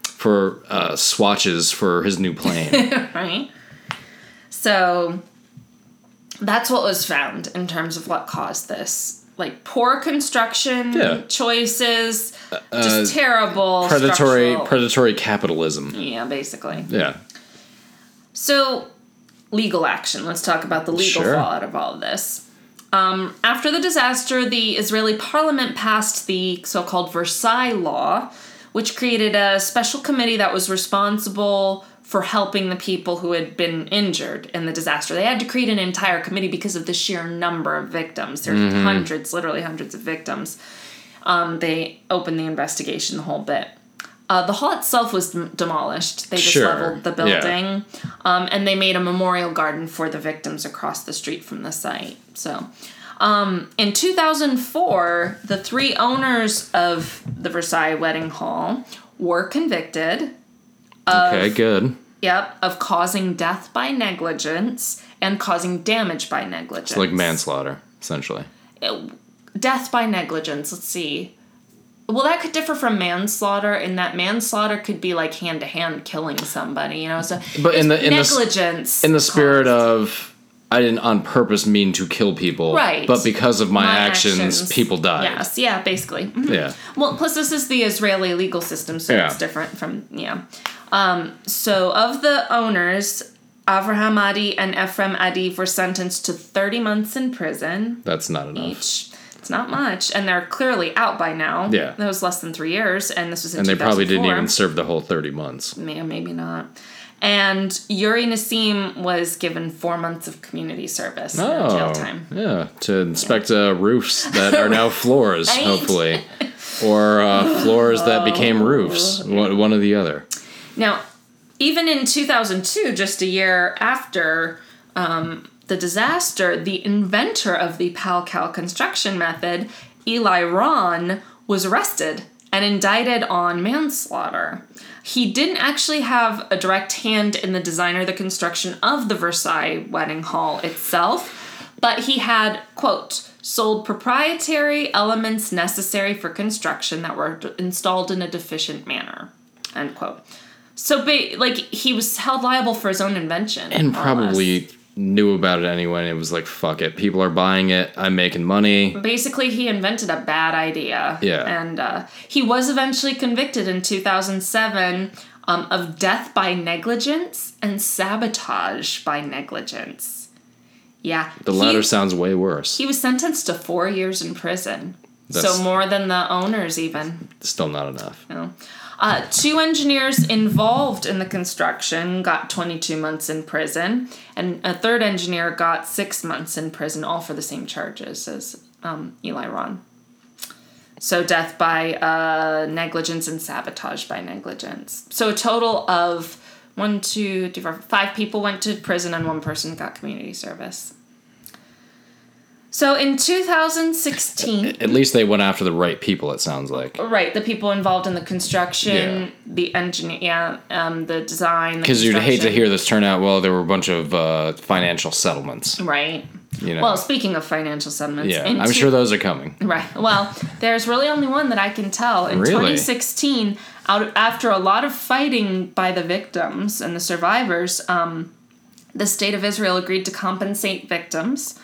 [SPEAKER 2] for uh, swatches for his new plane.
[SPEAKER 1] right? So, that's what was found in terms of what caused this. Like poor construction
[SPEAKER 2] Yeah. Uh,
[SPEAKER 1] choices, just terrible
[SPEAKER 2] predatory
[SPEAKER 1] structural-
[SPEAKER 2] predatory capitalism.
[SPEAKER 1] yeah, basically.
[SPEAKER 2] Yeah,
[SPEAKER 1] So, legal action. Let's talk about the legal
[SPEAKER 2] Sure.
[SPEAKER 1] fallout of all of this. Um, after the disaster, the Israeli parliament passed the so called Versailles Law, which created a special committee that was responsible for helping the people who had been injured in the disaster. They had to create an entire committee because of the sheer number of victims. There's hundreds, literally hundreds of victims. Um, they opened the investigation, the whole bit. Uh, the hall itself was dem- demolished. They just
[SPEAKER 2] Sure,
[SPEAKER 1] leveled the
[SPEAKER 2] yeah.
[SPEAKER 1] building, um, and they made a memorial garden for the victims across the street from the site. So, um, in 2004, the three owners of the Versailles Wedding Hall were convicted.
[SPEAKER 2] okay, good.
[SPEAKER 1] Yep, of causing death by negligence and causing damage by negligence.
[SPEAKER 2] Like manslaughter, essentially.
[SPEAKER 1] death by negligence. Let's see. Well, that could differ from manslaughter in that manslaughter could be like hand to hand killing somebody, you know. So,
[SPEAKER 2] But in the in the s-
[SPEAKER 1] negligence
[SPEAKER 2] in the spirit of I didn't on purpose mean to kill people,
[SPEAKER 1] Right.
[SPEAKER 2] But because of my,
[SPEAKER 1] my
[SPEAKER 2] actions, people died.
[SPEAKER 1] Yes, yeah, basically. Mhm.
[SPEAKER 2] Yeah,
[SPEAKER 1] Well, plus this is the Israeli legal system, so
[SPEAKER 2] Yeah.
[SPEAKER 1] it's different from yeah. Um, so of the owners, Avraham Adi and Ephraim Adi were sentenced to 30 months in prison
[SPEAKER 2] that's not enough.
[SPEAKER 1] each. It's not much, and they're clearly out by now.
[SPEAKER 2] Yeah.
[SPEAKER 1] that was less than three years, and this was in
[SPEAKER 2] and they probably didn't
[SPEAKER 1] 2004.
[SPEAKER 2] even serve the whole 30 months.
[SPEAKER 1] May or maybe not. And Yuri Nassim was given four months of community service no jail time.
[SPEAKER 2] Oh, Yeah, to inspect uh, roofs that are now floors,
[SPEAKER 1] Right. Oh.
[SPEAKER 2] hopefully, or uh, floors that became roofs, one one or the other.
[SPEAKER 1] Now, even in 2002, just a year after um, the disaster, the inventor of the PalCal construction method, Eli Ron, was arrested and indicted on manslaughter. He didn't actually have a direct hand in the design or the construction of the Versailles Wedding Hall itself, but he had, quote, sold proprietary elements necessary for construction that were d- installed in a deficient manner, end quote. So, ba- like, he was held liable for his own invention.
[SPEAKER 2] And
[SPEAKER 1] more or less.
[SPEAKER 2] probably knew about it anyway. And it was like, fuck it, people are buying it. I'm making money.
[SPEAKER 1] Basically, he invented a bad idea.
[SPEAKER 2] Yeah.
[SPEAKER 1] And uh, he was eventually convicted in 2007 um, of death by negligence and sabotage by negligence. Yeah.
[SPEAKER 2] The latter
[SPEAKER 1] He,
[SPEAKER 2] sounds way worse.
[SPEAKER 1] he was sentenced to four years in prison.
[SPEAKER 2] That's-
[SPEAKER 1] so more than the owners, even.
[SPEAKER 2] Still not enough.
[SPEAKER 1] No. Uh, two engineers involved in the construction got 22 months in prison, and a third engineer got six months in prison, all for the same charges as um, Eli Ron. So death by uh, negligence and sabotage by negligence. So a total of one, two, three, four, five people went to prison, and one person got community service. So in 2016.
[SPEAKER 2] At least they went after the right people. It sounds like
[SPEAKER 1] Right, the people involved in the construction,
[SPEAKER 2] Yeah.
[SPEAKER 1] the engineer, yeah, um, the design.
[SPEAKER 2] because you'd hate to hear this turn out. Well, there were a bunch of uh, financial settlements.
[SPEAKER 1] Right.
[SPEAKER 2] You know.
[SPEAKER 1] Well, speaking of financial settlements,
[SPEAKER 2] yeah,
[SPEAKER 1] in
[SPEAKER 2] I'm
[SPEAKER 1] two-
[SPEAKER 2] sure those are coming.
[SPEAKER 1] Right. Well, there's really only one that I can tell. In
[SPEAKER 2] Really?
[SPEAKER 1] 2016, out after a lot of fighting by the victims and the survivors, um, the state of Israel agreed to compensate victims,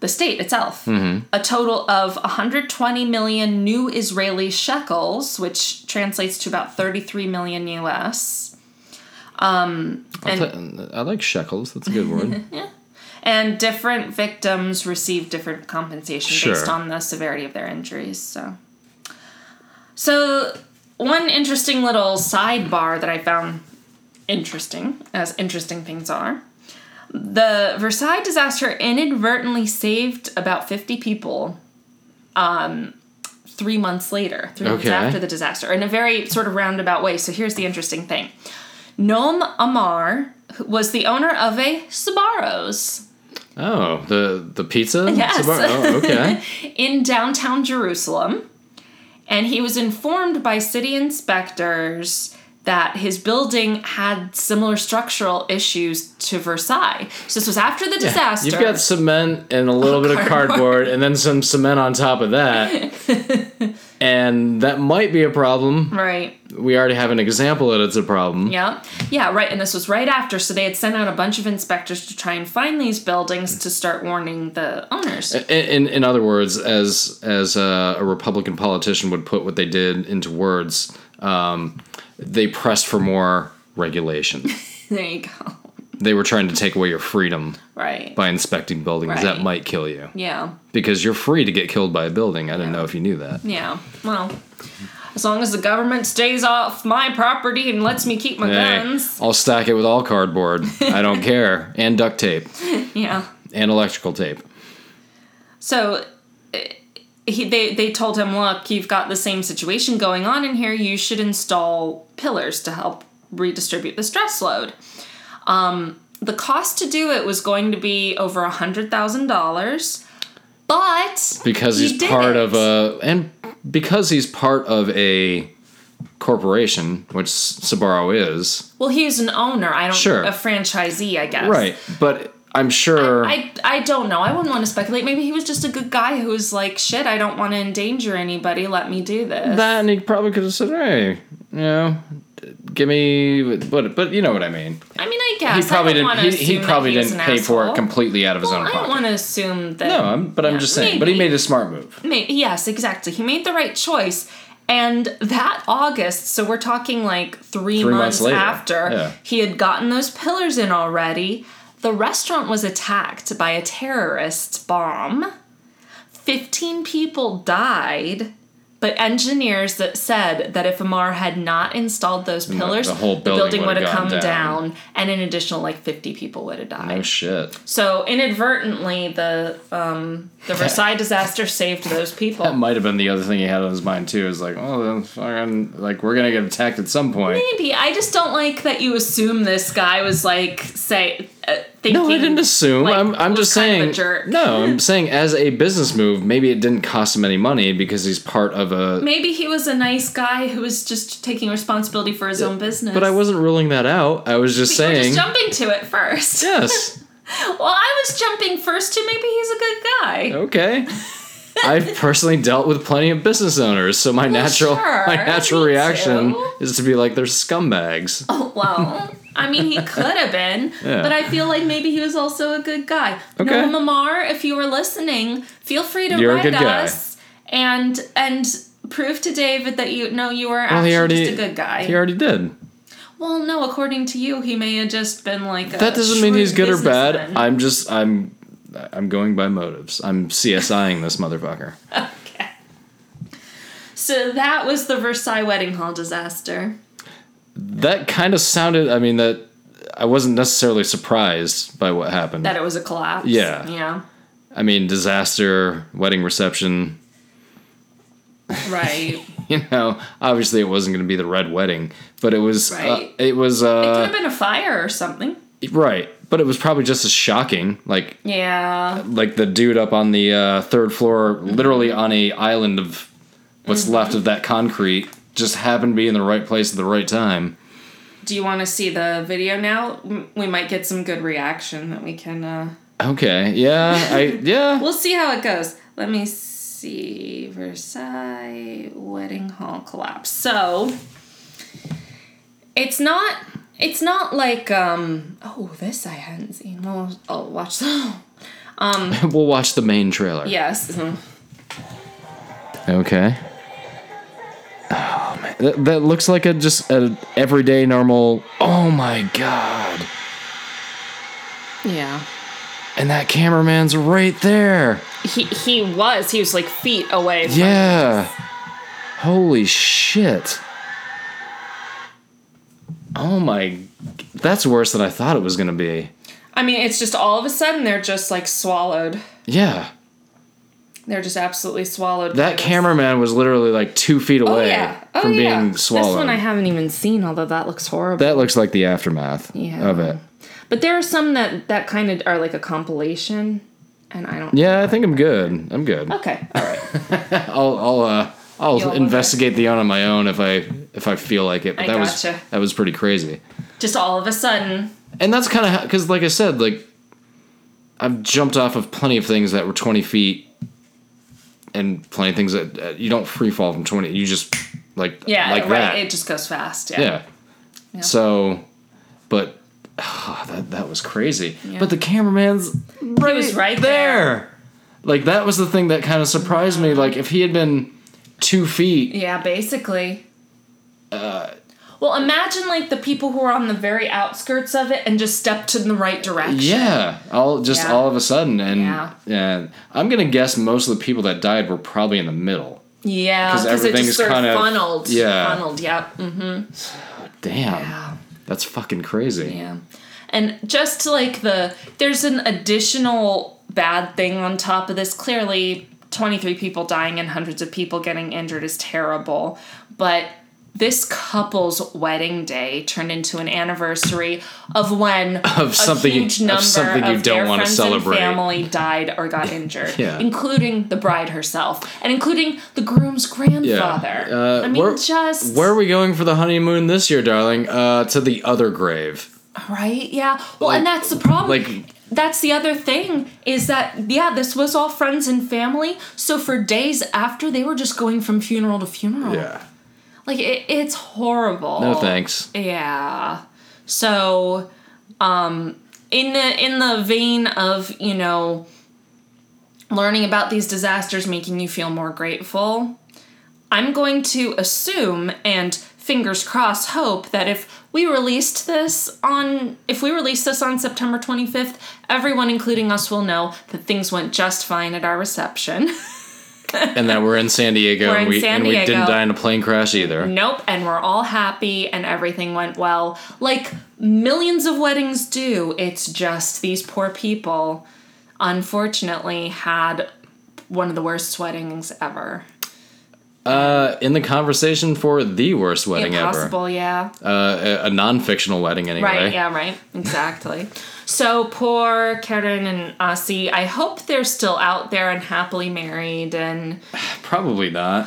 [SPEAKER 1] the state itself,
[SPEAKER 2] Mm-hmm.
[SPEAKER 1] a total of 120 million new Israeli shekels, which translates to about 33 million US. Um, and
[SPEAKER 2] I like shekels. That's a good word.
[SPEAKER 1] and different victims receive different compensation based
[SPEAKER 2] Sure.
[SPEAKER 1] on the severity of their injuries. So, so one interesting little sidebar that I found interesting, as interesting things are, the Versailles disaster inadvertently saved about fifty people. Um, three months later, three months
[SPEAKER 2] Okay.
[SPEAKER 1] after the disaster, in a very sort of roundabout way. So here's the interesting thing. Noam Amar was the owner of a Sbarro's
[SPEAKER 2] Oh, the the pizza.
[SPEAKER 1] Yes.
[SPEAKER 2] Sabar- Oh, okay.
[SPEAKER 1] in downtown Jerusalem, and he was informed by city inspectors that his building had similar structural issues to Versailles. So this was after the disaster.
[SPEAKER 2] You've got cement and a little bit of
[SPEAKER 1] Oh, cardboard.
[SPEAKER 2] cardboard, and then some cement on top of that, and that might be a problem.
[SPEAKER 1] right.
[SPEAKER 2] We already have an example that it's a problem.
[SPEAKER 1] Yeah. Yeah, right. And this was right after. So they had sent out a bunch of inspectors to try and find these buildings to start warning the owners.
[SPEAKER 2] In, in in other words, as as a, a Republican politician would put what they did into words, um, they pressed for more regulation.
[SPEAKER 1] There you go.
[SPEAKER 2] they were trying to take away your freedom
[SPEAKER 1] Right.
[SPEAKER 2] by inspecting buildings that
[SPEAKER 1] Right.
[SPEAKER 2] might kill you
[SPEAKER 1] yeah.
[SPEAKER 2] because you're free to get killed by a building. I didn't know if you knew that.
[SPEAKER 1] Yeah. Well, as long as the government stays off my property and lets me keep my
[SPEAKER 2] Hey,
[SPEAKER 1] guns.
[SPEAKER 2] I'll stack it with all cardboard. I don't care. And duct tape.
[SPEAKER 1] Yeah.
[SPEAKER 2] And electrical tape.
[SPEAKER 1] So uh, he, they they told him, "Look, you've got the same situation going on in here. You should install pillars to help redistribute the stress load." Um, the cost to do it was going to be over a hundred thousand dollars, but
[SPEAKER 2] Because
[SPEAKER 1] he
[SPEAKER 2] he's
[SPEAKER 1] did
[SPEAKER 2] part of
[SPEAKER 1] it.
[SPEAKER 2] a and because he's part of a corporation, which Sabaro is.
[SPEAKER 1] well, he's an owner. I don't
[SPEAKER 2] Sure.
[SPEAKER 1] a franchisee, I guess.
[SPEAKER 2] Right. But I'm sure
[SPEAKER 1] I, I don't know. I wouldn't want to speculate. Maybe he was just a good guy who was like, shit, I don't want to endanger anybody. Let me do this.
[SPEAKER 2] that and he probably could have said, Hey, you know, give me but but you know what I mean.
[SPEAKER 1] I mean, I
[SPEAKER 2] He
[SPEAKER 1] guess.
[SPEAKER 2] probably
[SPEAKER 1] I don't
[SPEAKER 2] didn't
[SPEAKER 1] wanna
[SPEAKER 2] he, he
[SPEAKER 1] assume
[SPEAKER 2] probably
[SPEAKER 1] that was
[SPEAKER 2] didn't
[SPEAKER 1] an
[SPEAKER 2] pay for it
[SPEAKER 1] asshole.
[SPEAKER 2] completely out of his
[SPEAKER 1] Well,
[SPEAKER 2] own
[SPEAKER 1] I
[SPEAKER 2] pocket.
[SPEAKER 1] don't want to assume that.
[SPEAKER 2] no, I'm, but I'm
[SPEAKER 1] Yeah,
[SPEAKER 2] just saying. But he
[SPEAKER 1] maybe.
[SPEAKER 2] made a smart move.
[SPEAKER 1] Ma- yes, exactly. He made the right choice. And that August, so we're talking like three,
[SPEAKER 2] Three
[SPEAKER 1] months,
[SPEAKER 2] months later,
[SPEAKER 1] after
[SPEAKER 2] yeah.
[SPEAKER 1] he had gotten those pillars in already, the restaurant was attacked by a terrorist bomb. 15 people died, but engineers that said that if Amar had not installed those pillars,
[SPEAKER 2] the whole building
[SPEAKER 1] would
[SPEAKER 2] would've
[SPEAKER 1] have come
[SPEAKER 2] gone
[SPEAKER 1] down.
[SPEAKER 2] down.
[SPEAKER 1] and an additional like 50 people would have died.
[SPEAKER 2] Oh shit.
[SPEAKER 1] so inadvertently, the um, the Versailles disaster saved those
[SPEAKER 2] That
[SPEAKER 1] people.
[SPEAKER 2] might have been the other thing he had on his mind too. Is like, oh, then fucking, like we're gonna get attacked at some point.
[SPEAKER 1] Maybe I just don't like that you assume this guy was like say uh, thinking.
[SPEAKER 2] No, I didn't assume.
[SPEAKER 1] like,
[SPEAKER 2] I'm, I'm
[SPEAKER 1] was
[SPEAKER 2] just
[SPEAKER 1] kind of a
[SPEAKER 2] saying.
[SPEAKER 1] jerk.
[SPEAKER 2] No, I'm saying as a business move, maybe it didn't cost him any money because he's part of a.
[SPEAKER 1] Maybe he was a nice guy who was just taking responsibility for his own business.
[SPEAKER 2] But I wasn't ruling that out. I was just
[SPEAKER 1] You were
[SPEAKER 2] saying.
[SPEAKER 1] just jumping to it first.
[SPEAKER 2] yes.
[SPEAKER 1] Well, I was jumping first to maybe he's a good guy.
[SPEAKER 2] Okay. I've personally dealt with plenty of business owners, so my natural
[SPEAKER 1] sure,
[SPEAKER 2] my natural
[SPEAKER 1] me
[SPEAKER 2] reaction
[SPEAKER 1] too.
[SPEAKER 2] is to be like they're scumbags.
[SPEAKER 1] Oh, well, I mean, he could have been,
[SPEAKER 2] Yeah.
[SPEAKER 1] but I feel like maybe he was also a good guy.
[SPEAKER 2] Okay.
[SPEAKER 1] Noam Mamar, if you were listening, feel free to
[SPEAKER 2] You're a
[SPEAKER 1] write
[SPEAKER 2] good guy.
[SPEAKER 1] us and and prove to David that you no, you were
[SPEAKER 2] Well,
[SPEAKER 1] actually
[SPEAKER 2] he already
[SPEAKER 1] just a good guy.
[SPEAKER 2] He already did.
[SPEAKER 1] well, no, according to you, he may have just been like a
[SPEAKER 2] That doesn't mean he's
[SPEAKER 1] shrewd
[SPEAKER 2] good or bad.
[SPEAKER 1] businessman.
[SPEAKER 2] I'm just I'm I'm going by motives. I'm CSIing this motherfucker.
[SPEAKER 1] okay. So that was the Versailles wedding hall disaster.
[SPEAKER 2] That kind of sounded. I mean that I wasn't necessarily surprised by what happened.
[SPEAKER 1] That it was a collapse.
[SPEAKER 2] Yeah.
[SPEAKER 1] Yeah.
[SPEAKER 2] I mean disaster, wedding reception.
[SPEAKER 1] Right.
[SPEAKER 2] You know, obviously it wasn't going to be the red wedding, but it was. uh,
[SPEAKER 1] Right.
[SPEAKER 2] it was.
[SPEAKER 1] Could
[SPEAKER 2] Uh,
[SPEAKER 1] have been a fire or something.
[SPEAKER 2] Right, but it was probably just as shocking. Like
[SPEAKER 1] Yeah.
[SPEAKER 2] like the dude up on the uh, third floor, literally on a island of what's left of that concrete, just happened to be in the right place at the right time.
[SPEAKER 1] Do you want to see the video now? M- We might get some good reaction that we can. uh
[SPEAKER 2] Okay, yeah, I yeah.
[SPEAKER 1] We'll see how it goes. Let me see. Versailles wedding hall collapse. So it's not. It's not like um. Oh, this I hadn't seen. Well, I'll watch that.
[SPEAKER 2] we'll watch the main trailer.
[SPEAKER 1] Yes. mhm.
[SPEAKER 2] Okay. Oh man, that, that looks like a just a everyday normal. Oh my god!
[SPEAKER 1] Yeah.
[SPEAKER 2] And that cameraman's right there.
[SPEAKER 1] He he was. He was like feet away. From,
[SPEAKER 2] Yeah. Holy shit. Oh my. That's worse than I thought it was going to be.
[SPEAKER 1] I mean, it's just all of a sudden they're just like swallowed.
[SPEAKER 2] Yeah.
[SPEAKER 1] They're just absolutely swallowed. by
[SPEAKER 2] That
[SPEAKER 1] this.
[SPEAKER 2] cameraman was literally like two feet
[SPEAKER 1] Oh
[SPEAKER 2] away
[SPEAKER 1] yeah. Oh
[SPEAKER 2] from
[SPEAKER 1] yeah.
[SPEAKER 2] being swallowed.
[SPEAKER 1] This one I haven't even seen, although that looks horrible.
[SPEAKER 2] that looks like the aftermath
[SPEAKER 1] Yeah.
[SPEAKER 2] of it.
[SPEAKER 1] but there are some that that kind of are like a compilation, and I don't.
[SPEAKER 2] Yeah, I think I'm good. I'm good.
[SPEAKER 1] Okay. All right.
[SPEAKER 2] I'll I'll uh, I'll
[SPEAKER 1] You'll-
[SPEAKER 2] investigate the on on my own if I if I feel like it. But
[SPEAKER 1] I
[SPEAKER 2] that
[SPEAKER 1] gotcha.
[SPEAKER 2] was that was pretty crazy.
[SPEAKER 1] just all of a sudden.
[SPEAKER 2] and that's kind of because like i said like i've jumped off of plenty of things that were 20 feet and plenty of things that uh, you don't free fall from 20 you just like
[SPEAKER 1] Yeah.
[SPEAKER 2] like
[SPEAKER 1] right.
[SPEAKER 2] that
[SPEAKER 1] It just goes fast. Yeah.
[SPEAKER 2] yeah. so but ah, that, that was crazy but the cameraman's right,
[SPEAKER 1] was right
[SPEAKER 2] like that was the thing that kind of surprised me like if he had been two feet
[SPEAKER 1] Yeah, basically. Uh, well, imagine like the people who are on the very outskirts of it and just stepped in the right direction.
[SPEAKER 2] yeah all just
[SPEAKER 1] Yeah.
[SPEAKER 2] all of a sudden and
[SPEAKER 1] Yeah.
[SPEAKER 2] yeah i'm gonna guess most of the people that died were probably in the middle
[SPEAKER 1] Yeah,
[SPEAKER 2] 'Cause
[SPEAKER 1] because it
[SPEAKER 2] everything
[SPEAKER 1] just
[SPEAKER 2] is
[SPEAKER 1] sort
[SPEAKER 2] kind
[SPEAKER 1] of
[SPEAKER 2] of-
[SPEAKER 1] funneled.
[SPEAKER 2] yeah.
[SPEAKER 1] funneled. Yep. Mm,
[SPEAKER 2] Damn.
[SPEAKER 1] Yeah.
[SPEAKER 2] That's fucking crazy.
[SPEAKER 1] yeah, and just like the there's an additional bad thing on top of this. Clearly, 23 people dying and hundreds of people getting injured is terrible, but. This couple's wedding day turned into an anniversary of when
[SPEAKER 2] Of something
[SPEAKER 1] a
[SPEAKER 2] you-
[SPEAKER 1] huge
[SPEAKER 2] of
[SPEAKER 1] number
[SPEAKER 2] something you
[SPEAKER 1] of
[SPEAKER 2] don't
[SPEAKER 1] their
[SPEAKER 2] wanna
[SPEAKER 1] friends and
[SPEAKER 2] celebrate.
[SPEAKER 1] family died or got injured,
[SPEAKER 2] Yeah.
[SPEAKER 1] including the bride herself and including the groom's grandfather.
[SPEAKER 2] Uh,
[SPEAKER 1] I mean,
[SPEAKER 2] where,
[SPEAKER 1] just
[SPEAKER 2] Where are we going for the honeymoon this year, darling? Uh, to the other grave.
[SPEAKER 1] Right? Yeah. Well, and
[SPEAKER 2] Like-
[SPEAKER 1] that's the problem.
[SPEAKER 2] like-
[SPEAKER 1] that's the other thing is that yeah, this was all friends and family. So for days after, they were just going from funeral to funeral. Like it, it's horrible.
[SPEAKER 2] No thanks.
[SPEAKER 1] Yeah. So, um, in the in the vein of you know, learning about these disasters making you feel more grateful, I'm going to assume and fingers crossed hope that if we released this on if we release this on September 25th, everyone including us will know that things went just fine at our reception.
[SPEAKER 2] and that we're in San Diego
[SPEAKER 1] We're
[SPEAKER 2] and
[SPEAKER 1] in
[SPEAKER 2] we
[SPEAKER 1] San
[SPEAKER 2] and we didn't
[SPEAKER 1] Diego.
[SPEAKER 2] die in a plane crash either.
[SPEAKER 1] Nope, and we're all happy and everything went well. Like millions of weddings do, it's just these poor people unfortunately had one of the worst weddings ever.
[SPEAKER 2] Uh, in the conversation for the worst wedding
[SPEAKER 1] Mm. Impossible, yeah.
[SPEAKER 2] ever, eh? uh, a, a non-fictional wedding anyway.
[SPEAKER 1] Right, yeah, right. Exactly. so poor Karen and Aussie, I hope they're still out there and happily married and
[SPEAKER 2] Probably not.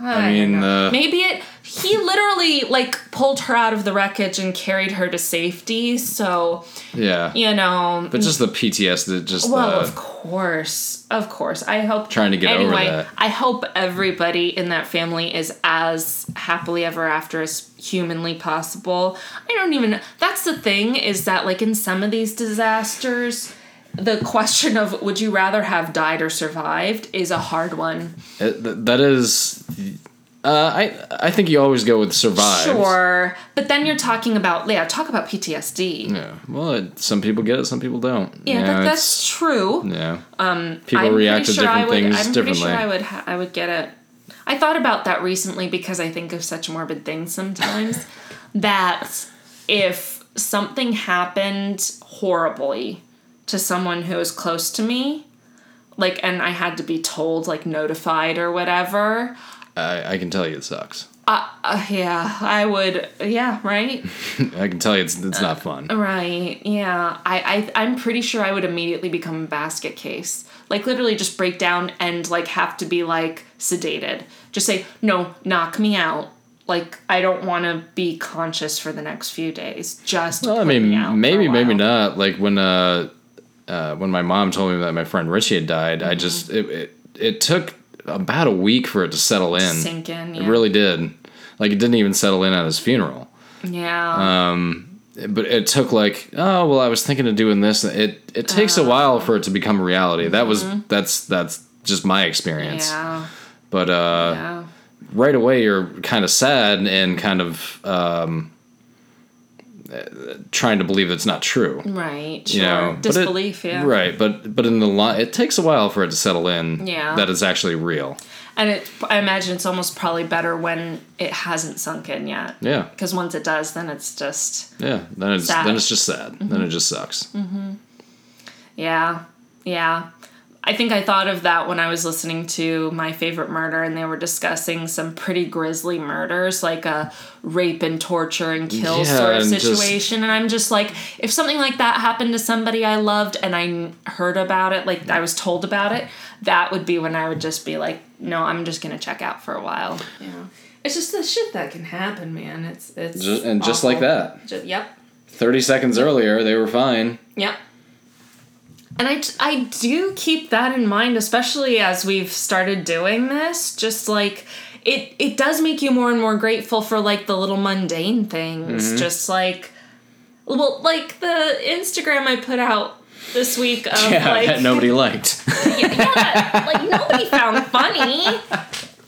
[SPEAKER 1] I
[SPEAKER 2] I mean, uh,
[SPEAKER 1] maybe it he literally like pulled her out of the wreckage and carried her to safety, so
[SPEAKER 2] yeah.
[SPEAKER 1] you know
[SPEAKER 2] But just the PTSD, just uh,
[SPEAKER 1] Well,
[SPEAKER 2] the
[SPEAKER 1] of course, of course. I hope
[SPEAKER 2] Trying to get over
[SPEAKER 1] anyway.
[SPEAKER 2] that.
[SPEAKER 1] I hope everybody in that family is as happily ever after as humanly possible. I don't even. That's the thing is that like in some of these disasters, the question of would you rather have died or survived is a hard one.
[SPEAKER 2] it- Uh, th- that is. Uh, I I think you always go with survive.
[SPEAKER 1] Sure, but then you're talking about yeah, talk about PTSD. Yeah,
[SPEAKER 2] Yeah. Well, it, some people get it, some people don't. You know,
[SPEAKER 1] that,
[SPEAKER 2] it's-
[SPEAKER 1] that's true.
[SPEAKER 2] Yeah. Um, people
[SPEAKER 1] I'm pretty
[SPEAKER 2] react to
[SPEAKER 1] sure
[SPEAKER 2] different
[SPEAKER 1] I would,
[SPEAKER 2] things
[SPEAKER 1] I'm
[SPEAKER 2] differently.
[SPEAKER 1] pretty sure I would ha- I would get it. I thought about that recently because I think of such morbid things sometimes that if something happened horribly to someone who is close to me, like and I had to be told like notified or whatever,
[SPEAKER 2] I, I can tell you it sucks.
[SPEAKER 1] uh, uh, yeah, I would yeah, right?
[SPEAKER 2] I can tell you it's it's
[SPEAKER 1] Uh,
[SPEAKER 2] not fun.
[SPEAKER 1] Right. Yeah. I, I I'm pretty sure I would immediately become a basket case. Like literally just break down and like have to be like sedated. Just say, "No, knock me out." Like I don't want to be conscious for the next few days. Just
[SPEAKER 2] Well, I
[SPEAKER 1] put me out for
[SPEAKER 2] mean,
[SPEAKER 1] a
[SPEAKER 2] maybe, maybe
[SPEAKER 1] while.
[SPEAKER 2] not. Like when uh, uh, when my mom told me that my friend Richie had died,
[SPEAKER 1] Mm-hmm.
[SPEAKER 2] I just it, it it took about a week for it to settle in.
[SPEAKER 1] sink in.
[SPEAKER 2] It
[SPEAKER 1] Yeah.
[SPEAKER 2] really did. Like it didn't even settle in at his funeral.
[SPEAKER 1] yeah.
[SPEAKER 2] But it took like oh well, I was thinking of doing this. It it takes a while for it to become reality. That was that's that's just my experience.
[SPEAKER 1] Mm-hmm. yeah.
[SPEAKER 2] But uh,
[SPEAKER 1] Yeah.
[SPEAKER 2] right away you're kind of sad and kind of um, uh, trying to believe it's not true.
[SPEAKER 1] Right. Sure.
[SPEAKER 2] You know, but it-
[SPEAKER 1] Disbelief, yeah.
[SPEAKER 2] Right, but but in the line, it takes a while for it to settle in.
[SPEAKER 1] Yeah.
[SPEAKER 2] that it's actually real.
[SPEAKER 1] And it I imagine it's almost probably better when it hasn't sunk in yet.
[SPEAKER 2] Yeah,
[SPEAKER 1] Cuz once it does, then it's just
[SPEAKER 2] yeah. Then it's
[SPEAKER 1] Sad. Mm-hmm. Mm.
[SPEAKER 2] then it's just sad. Then it just sucks.
[SPEAKER 1] Yeah, yeah. I think I thought of that when I was listening to My Favorite Murder, and they were discussing some pretty grisly murders, like a rape and torture and kill
[SPEAKER 2] Yeah,
[SPEAKER 1] sort of
[SPEAKER 2] and just-
[SPEAKER 1] situation. and I'm just like, if something like that happened to somebody I loved and I kn- heard about it, like I was told about it, that would be when I would just be like, no, I'm just gonna check out for a while. Yeah, it's just the shit that can happen, man. It's it's
[SPEAKER 2] Ju- and just like that,
[SPEAKER 1] yep.
[SPEAKER 2] thirty seconds earlier they were fine.
[SPEAKER 1] Yep. And I, I do keep that in mind, especially as we've started doing this. Just like it, it does make you more and more grateful for like the little mundane things. Just like, well, like the Instagram I put out this week of
[SPEAKER 2] Yeah,
[SPEAKER 1] like
[SPEAKER 2] that nobody liked.
[SPEAKER 1] yeah, like nobody found funny.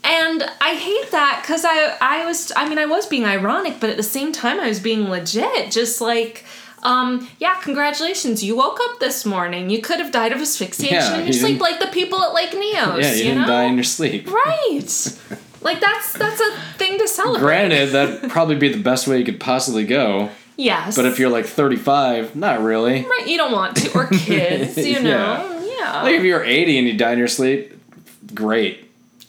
[SPEAKER 1] And I hate that because I I was I mean I was being ironic, but at the same time I was being legit. Just like, um, yeah, congratulations, you woke up this morning. You could have died of asphyxiation
[SPEAKER 2] Yeah,
[SPEAKER 1] in
[SPEAKER 2] you
[SPEAKER 1] your sleep,
[SPEAKER 2] didn't-
[SPEAKER 1] like the people at Lake Neos.
[SPEAKER 2] yeah, you,
[SPEAKER 1] you,
[SPEAKER 2] didn't
[SPEAKER 1] know,
[SPEAKER 2] die in your sleep.
[SPEAKER 1] right? Like that's that's a thing to celebrate.
[SPEAKER 2] Granted, that'd probably be the best way you could possibly go.
[SPEAKER 1] yes,
[SPEAKER 2] But if you're like 35, not really.
[SPEAKER 1] right, you don't want to, or kids, you
[SPEAKER 2] Yeah.
[SPEAKER 1] know, yeah,
[SPEAKER 2] Like if you're 80 and you die in your sleep, great.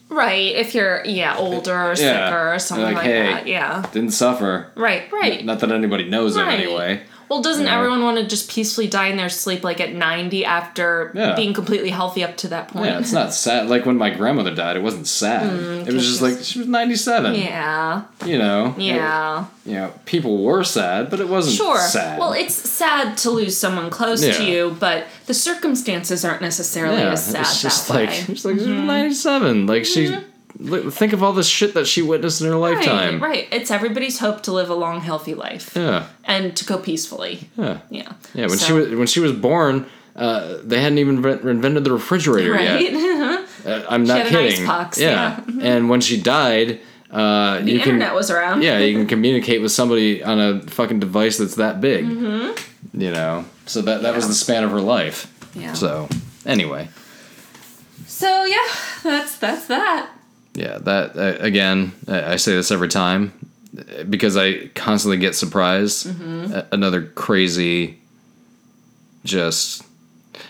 [SPEAKER 1] right. If you're yeah older or
[SPEAKER 2] Yeah.
[SPEAKER 1] sicker or something
[SPEAKER 2] Like,
[SPEAKER 1] like,
[SPEAKER 2] hey.
[SPEAKER 1] that, yeah,
[SPEAKER 2] Didn't suffer.
[SPEAKER 1] right, right.
[SPEAKER 2] Not that anybody knows
[SPEAKER 1] Right.
[SPEAKER 2] it anyway.
[SPEAKER 1] Well, doesn't
[SPEAKER 2] Yeah.
[SPEAKER 1] everyone want to just peacefully die in their sleep, like at ninety, after
[SPEAKER 2] Yeah.
[SPEAKER 1] being completely healthy up to that point?
[SPEAKER 2] Yeah, it's not sad. Like when my grandmother died, it wasn't sad. it was just like she was 97.
[SPEAKER 1] Mm, yeah,
[SPEAKER 2] You know.
[SPEAKER 1] yeah,
[SPEAKER 2] It- you know, people were sad, but it wasn't
[SPEAKER 1] sure.
[SPEAKER 2] sad.
[SPEAKER 1] Well, it's sad to lose someone close
[SPEAKER 2] Yeah.
[SPEAKER 1] to you, but the circumstances aren't necessarily
[SPEAKER 2] yeah,
[SPEAKER 1] as sad
[SPEAKER 2] it's just
[SPEAKER 1] that
[SPEAKER 2] like
[SPEAKER 1] way. Mm-hmm.
[SPEAKER 2] it's like she was 97. Like she li- think of all the shit that she witnessed in her lifetime.
[SPEAKER 1] Right, right. It's everybody's hope to live a long, healthy life
[SPEAKER 2] Yeah.
[SPEAKER 1] and to go peacefully.
[SPEAKER 2] Yeah.
[SPEAKER 1] Yeah.
[SPEAKER 2] Yeah, when she
[SPEAKER 1] So-
[SPEAKER 2] was when she was born, uh, they hadn't even invent- invented the refrigerator yet.
[SPEAKER 1] Right.
[SPEAKER 2] Uh, I'm not
[SPEAKER 1] had an ice
[SPEAKER 2] kidding.
[SPEAKER 1] box,
[SPEAKER 2] yeah. and when she died, uh, you can
[SPEAKER 1] Internet was around.
[SPEAKER 2] yeah, you can communicate with somebody on a fucking device that's that big. You know, so that that was
[SPEAKER 1] Mm-hmm. Yeah.
[SPEAKER 2] the span of her life.
[SPEAKER 1] Yeah.
[SPEAKER 2] So anyway,
[SPEAKER 1] So yeah, that's that's that.
[SPEAKER 2] Yeah, that uh, again. I I say this every time uh, because I constantly get surprised.
[SPEAKER 1] Mm-hmm.
[SPEAKER 2] A- Another crazy, just,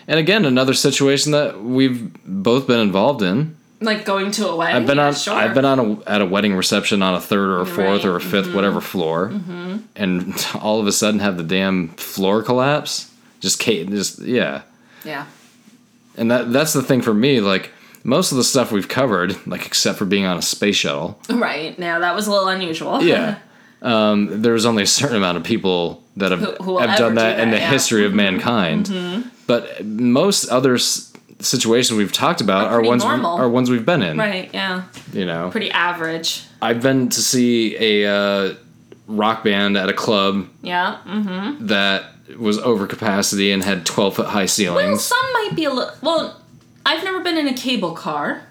[SPEAKER 2] and again another situation that we've both been involved in.
[SPEAKER 1] Like going to a wedding.
[SPEAKER 2] I've been
[SPEAKER 1] Yeah,
[SPEAKER 2] on.
[SPEAKER 1] Sure.
[SPEAKER 2] I've been on a, at a wedding reception on a third or a fourth
[SPEAKER 1] Right, mm-hmm.
[SPEAKER 2] or a 5th whatever floor, and all of a sudden have the damn floor collapse. Just ca- just yeah,
[SPEAKER 1] Yeah.
[SPEAKER 2] and that that's the thing for me. Like most of the stuff we've covered, like except for being on a space shuttle.
[SPEAKER 1] Right. Now that was a little unusual.
[SPEAKER 2] Yeah. Um, there's only a certain amount of people that have,
[SPEAKER 1] Who- who will
[SPEAKER 2] have
[SPEAKER 1] ever
[SPEAKER 2] done that,
[SPEAKER 1] do
[SPEAKER 2] in
[SPEAKER 1] that,
[SPEAKER 2] the
[SPEAKER 1] yeah. Mm-hmm.
[SPEAKER 2] history of mankind. But most other s- situations we've talked about are,
[SPEAKER 1] pretty
[SPEAKER 2] ones we-
[SPEAKER 1] normal.
[SPEAKER 2] are ones we've been in.
[SPEAKER 1] right. Yeah.
[SPEAKER 2] You know,
[SPEAKER 1] Pretty average.
[SPEAKER 2] I've been to see a uh, rock band at a club
[SPEAKER 1] Yeah. Mm-hmm.
[SPEAKER 2] that was over capacity and had 12 foot high
[SPEAKER 1] Well,
[SPEAKER 2] ceilings.
[SPEAKER 1] some might be a little. Well, I've never been in a cable car.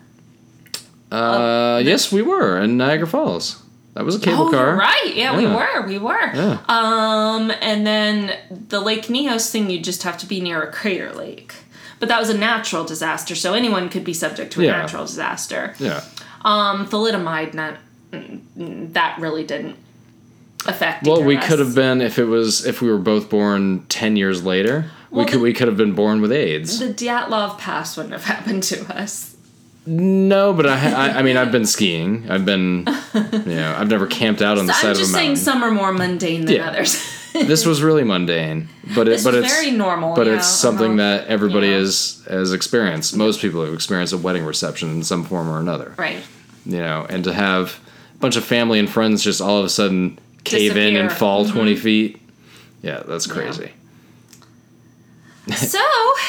[SPEAKER 2] uh, yes, we were in Niagara Falls. That was a cable
[SPEAKER 1] oh,
[SPEAKER 2] car.
[SPEAKER 1] you're right. Yeah, we
[SPEAKER 2] Yeah.
[SPEAKER 1] were. We were.
[SPEAKER 2] Yeah.
[SPEAKER 1] Um, and then the Lake Neos thing, you just have to be near a crater lake. But that was a natural disaster, so anyone could be subject to a
[SPEAKER 2] Yeah.
[SPEAKER 1] natural disaster.
[SPEAKER 2] Yeah.
[SPEAKER 1] Um, thalidomide, not, mm, mm, that really didn't affect.
[SPEAKER 2] Well,
[SPEAKER 1] either
[SPEAKER 2] we
[SPEAKER 1] of us.
[SPEAKER 2] could have been if it was if we were both born ten years later.
[SPEAKER 1] Well,
[SPEAKER 2] we could
[SPEAKER 1] the-
[SPEAKER 2] we could have been born with AIDS.
[SPEAKER 1] The Dyatlov Pass wouldn't have happened to us.
[SPEAKER 2] no, but I, I I mean I've been skiing. I've been you know I've never camped out on the
[SPEAKER 1] I'm
[SPEAKER 2] side
[SPEAKER 1] just
[SPEAKER 2] of a
[SPEAKER 1] saying
[SPEAKER 2] mountain.
[SPEAKER 1] some are more mundane than
[SPEAKER 2] Yeah.
[SPEAKER 1] others.
[SPEAKER 2] this was really mundane, but it
[SPEAKER 1] This
[SPEAKER 2] but
[SPEAKER 1] is
[SPEAKER 2] it's
[SPEAKER 1] very normal.
[SPEAKER 2] but
[SPEAKER 1] yeah,
[SPEAKER 2] it's something
[SPEAKER 1] uh-huh.
[SPEAKER 2] that everybody
[SPEAKER 1] Yeah.
[SPEAKER 2] is has experienced. Most people have experienced a wedding reception in some form or another.
[SPEAKER 1] right.
[SPEAKER 2] You know, and to have a bunch of family and friends just all of a sudden cave in and
[SPEAKER 1] Disappear. Mm-hmm.
[SPEAKER 2] fall twenty feet. Yeah, that's crazy.
[SPEAKER 1] So.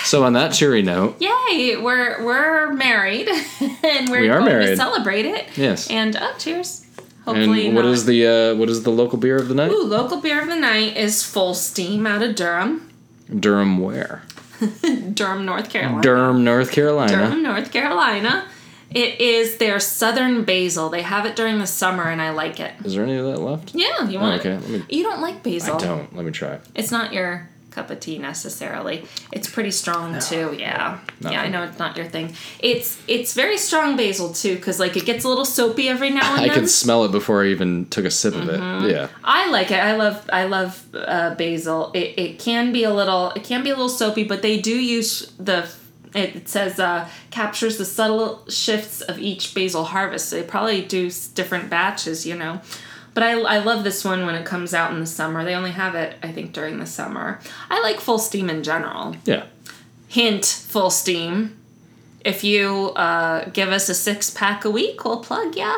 [SPEAKER 2] So on that cheery note.
[SPEAKER 1] Yay, we're we're married and we're
[SPEAKER 2] We are
[SPEAKER 1] going to
[SPEAKER 2] married.
[SPEAKER 1] celebrate it.
[SPEAKER 2] Yes.
[SPEAKER 1] And oh, cheers.
[SPEAKER 2] And
[SPEAKER 1] Hopefully
[SPEAKER 2] what
[SPEAKER 1] not.
[SPEAKER 2] is the uh, what is the local beer of the night?
[SPEAKER 1] Ooh, local beer of the night is Full Steam out of Durham,
[SPEAKER 2] Durham where?
[SPEAKER 1] Durham, North Carolina.
[SPEAKER 2] Durham, North Carolina.
[SPEAKER 1] Durham, North Carolina. It is their southern basil. They have it during the summer and I like it.
[SPEAKER 2] Is there any of that left?
[SPEAKER 1] Yeah, you want
[SPEAKER 2] okay,
[SPEAKER 1] it?
[SPEAKER 2] let me-
[SPEAKER 1] You don't like basil.
[SPEAKER 2] I don't. Let me try.
[SPEAKER 1] It's not your cup of tea necessarily. It's pretty strong too. Yeah,
[SPEAKER 2] no.
[SPEAKER 1] yeah. I know it's not your thing. It's it's very strong basil too, because like it gets a little soapy every now and
[SPEAKER 2] I
[SPEAKER 1] then.
[SPEAKER 2] could smell it before I even took a sip of
[SPEAKER 1] Mm-hmm.
[SPEAKER 2] it. Yeah.
[SPEAKER 1] I like it. I love I love uh, basil. It, it can be a little it can be a little soapy, but they do use the it says uh, captures the subtle shifts of each basil harvest. So they probably do s- different batches, you know. But I, I love this one when it comes out in the summer. They only have it I think during the summer. I like full steam in general.
[SPEAKER 2] Yeah.
[SPEAKER 1] Hint full steam. If you uh, give us a six pack a week, we'll plug ya.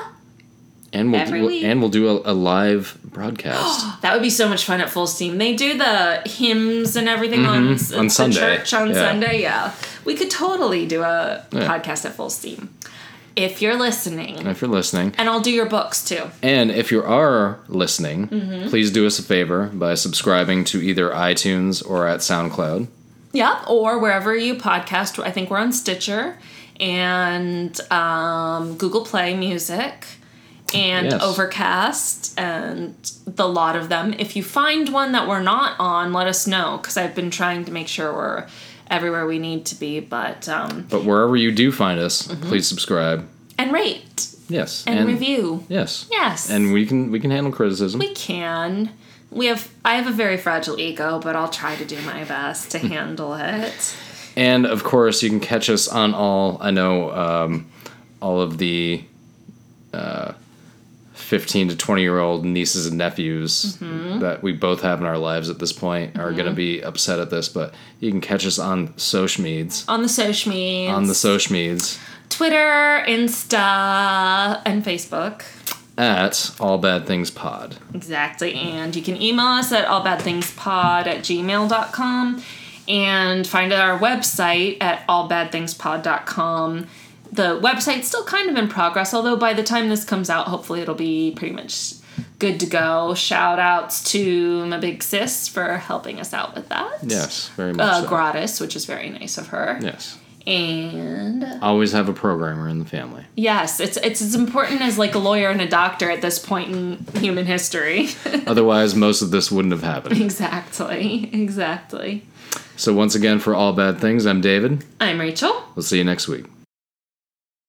[SPEAKER 2] And we'll,
[SPEAKER 1] Every
[SPEAKER 2] we'll-
[SPEAKER 1] week.
[SPEAKER 2] and we'll do a, a live broadcast.
[SPEAKER 1] That would be so much fun at Full Steam. They do the hymns and everything on, s-
[SPEAKER 2] Mm-hmm. on
[SPEAKER 1] the
[SPEAKER 2] Sunday,
[SPEAKER 1] Church on
[SPEAKER 2] yeah.
[SPEAKER 1] Sunday, yeah. We could totally do a
[SPEAKER 2] Yeah.
[SPEAKER 1] podcast at Full Steam if you're listening.
[SPEAKER 2] if you're listening,
[SPEAKER 1] And I'll do your books too.
[SPEAKER 2] and if you are listening,
[SPEAKER 1] Mm-hmm.
[SPEAKER 2] please do us a favor by subscribing to either iTunes or at SoundCloud.
[SPEAKER 1] Yep. Or wherever you podcast. I think we're on Stitcher and um, Google Play Music and
[SPEAKER 2] Yes.
[SPEAKER 1] Overcast and the lot of them. If you find one that we're not on, let us know because I've been trying to make sure we're everywhere we need to be. But um,
[SPEAKER 2] But wherever you do find us, please subscribe.
[SPEAKER 1] and rate
[SPEAKER 2] Yes.
[SPEAKER 1] Mm-hmm. and, review.
[SPEAKER 2] Yes.
[SPEAKER 1] Yes.
[SPEAKER 2] And we can we can handle criticism.
[SPEAKER 1] we can. We have I have a very fragile ego, but I'll try to do my best to handle it.
[SPEAKER 2] And of course, you can catch us on all, I know, um, all of the uh, 15 to 20 year old nieces and nephews that we both have in our lives at this point are going to be upset at this, but you can catch us on social meds.
[SPEAKER 1] On the social media,
[SPEAKER 2] On the social meds
[SPEAKER 1] Twitter, Insta, and Facebook.
[SPEAKER 2] at All Bad Things Pod.
[SPEAKER 1] Exactly. And you can email us at allbadthingspod at gmail.com and find our website at allbadthingspod.com. The website's still kind of in progress, although by the time this comes out, hopefully it'll be pretty much good to go. Shout outs to my big sis for helping us out with that.
[SPEAKER 2] Yes, very much.
[SPEAKER 1] Uh,
[SPEAKER 2] so.
[SPEAKER 1] gratis, which is very nice of her.
[SPEAKER 2] Yes.
[SPEAKER 1] And
[SPEAKER 2] Always have a programmer in the family.
[SPEAKER 1] Yes, it's it's as important as like a lawyer and a doctor at this point in human history.
[SPEAKER 2] Otherwise, most of this wouldn't have happened.
[SPEAKER 1] exactly, exactly.
[SPEAKER 2] So, once again, for All Bad Things, I'm David.
[SPEAKER 1] I'm Rachel.
[SPEAKER 2] We'll see you next week.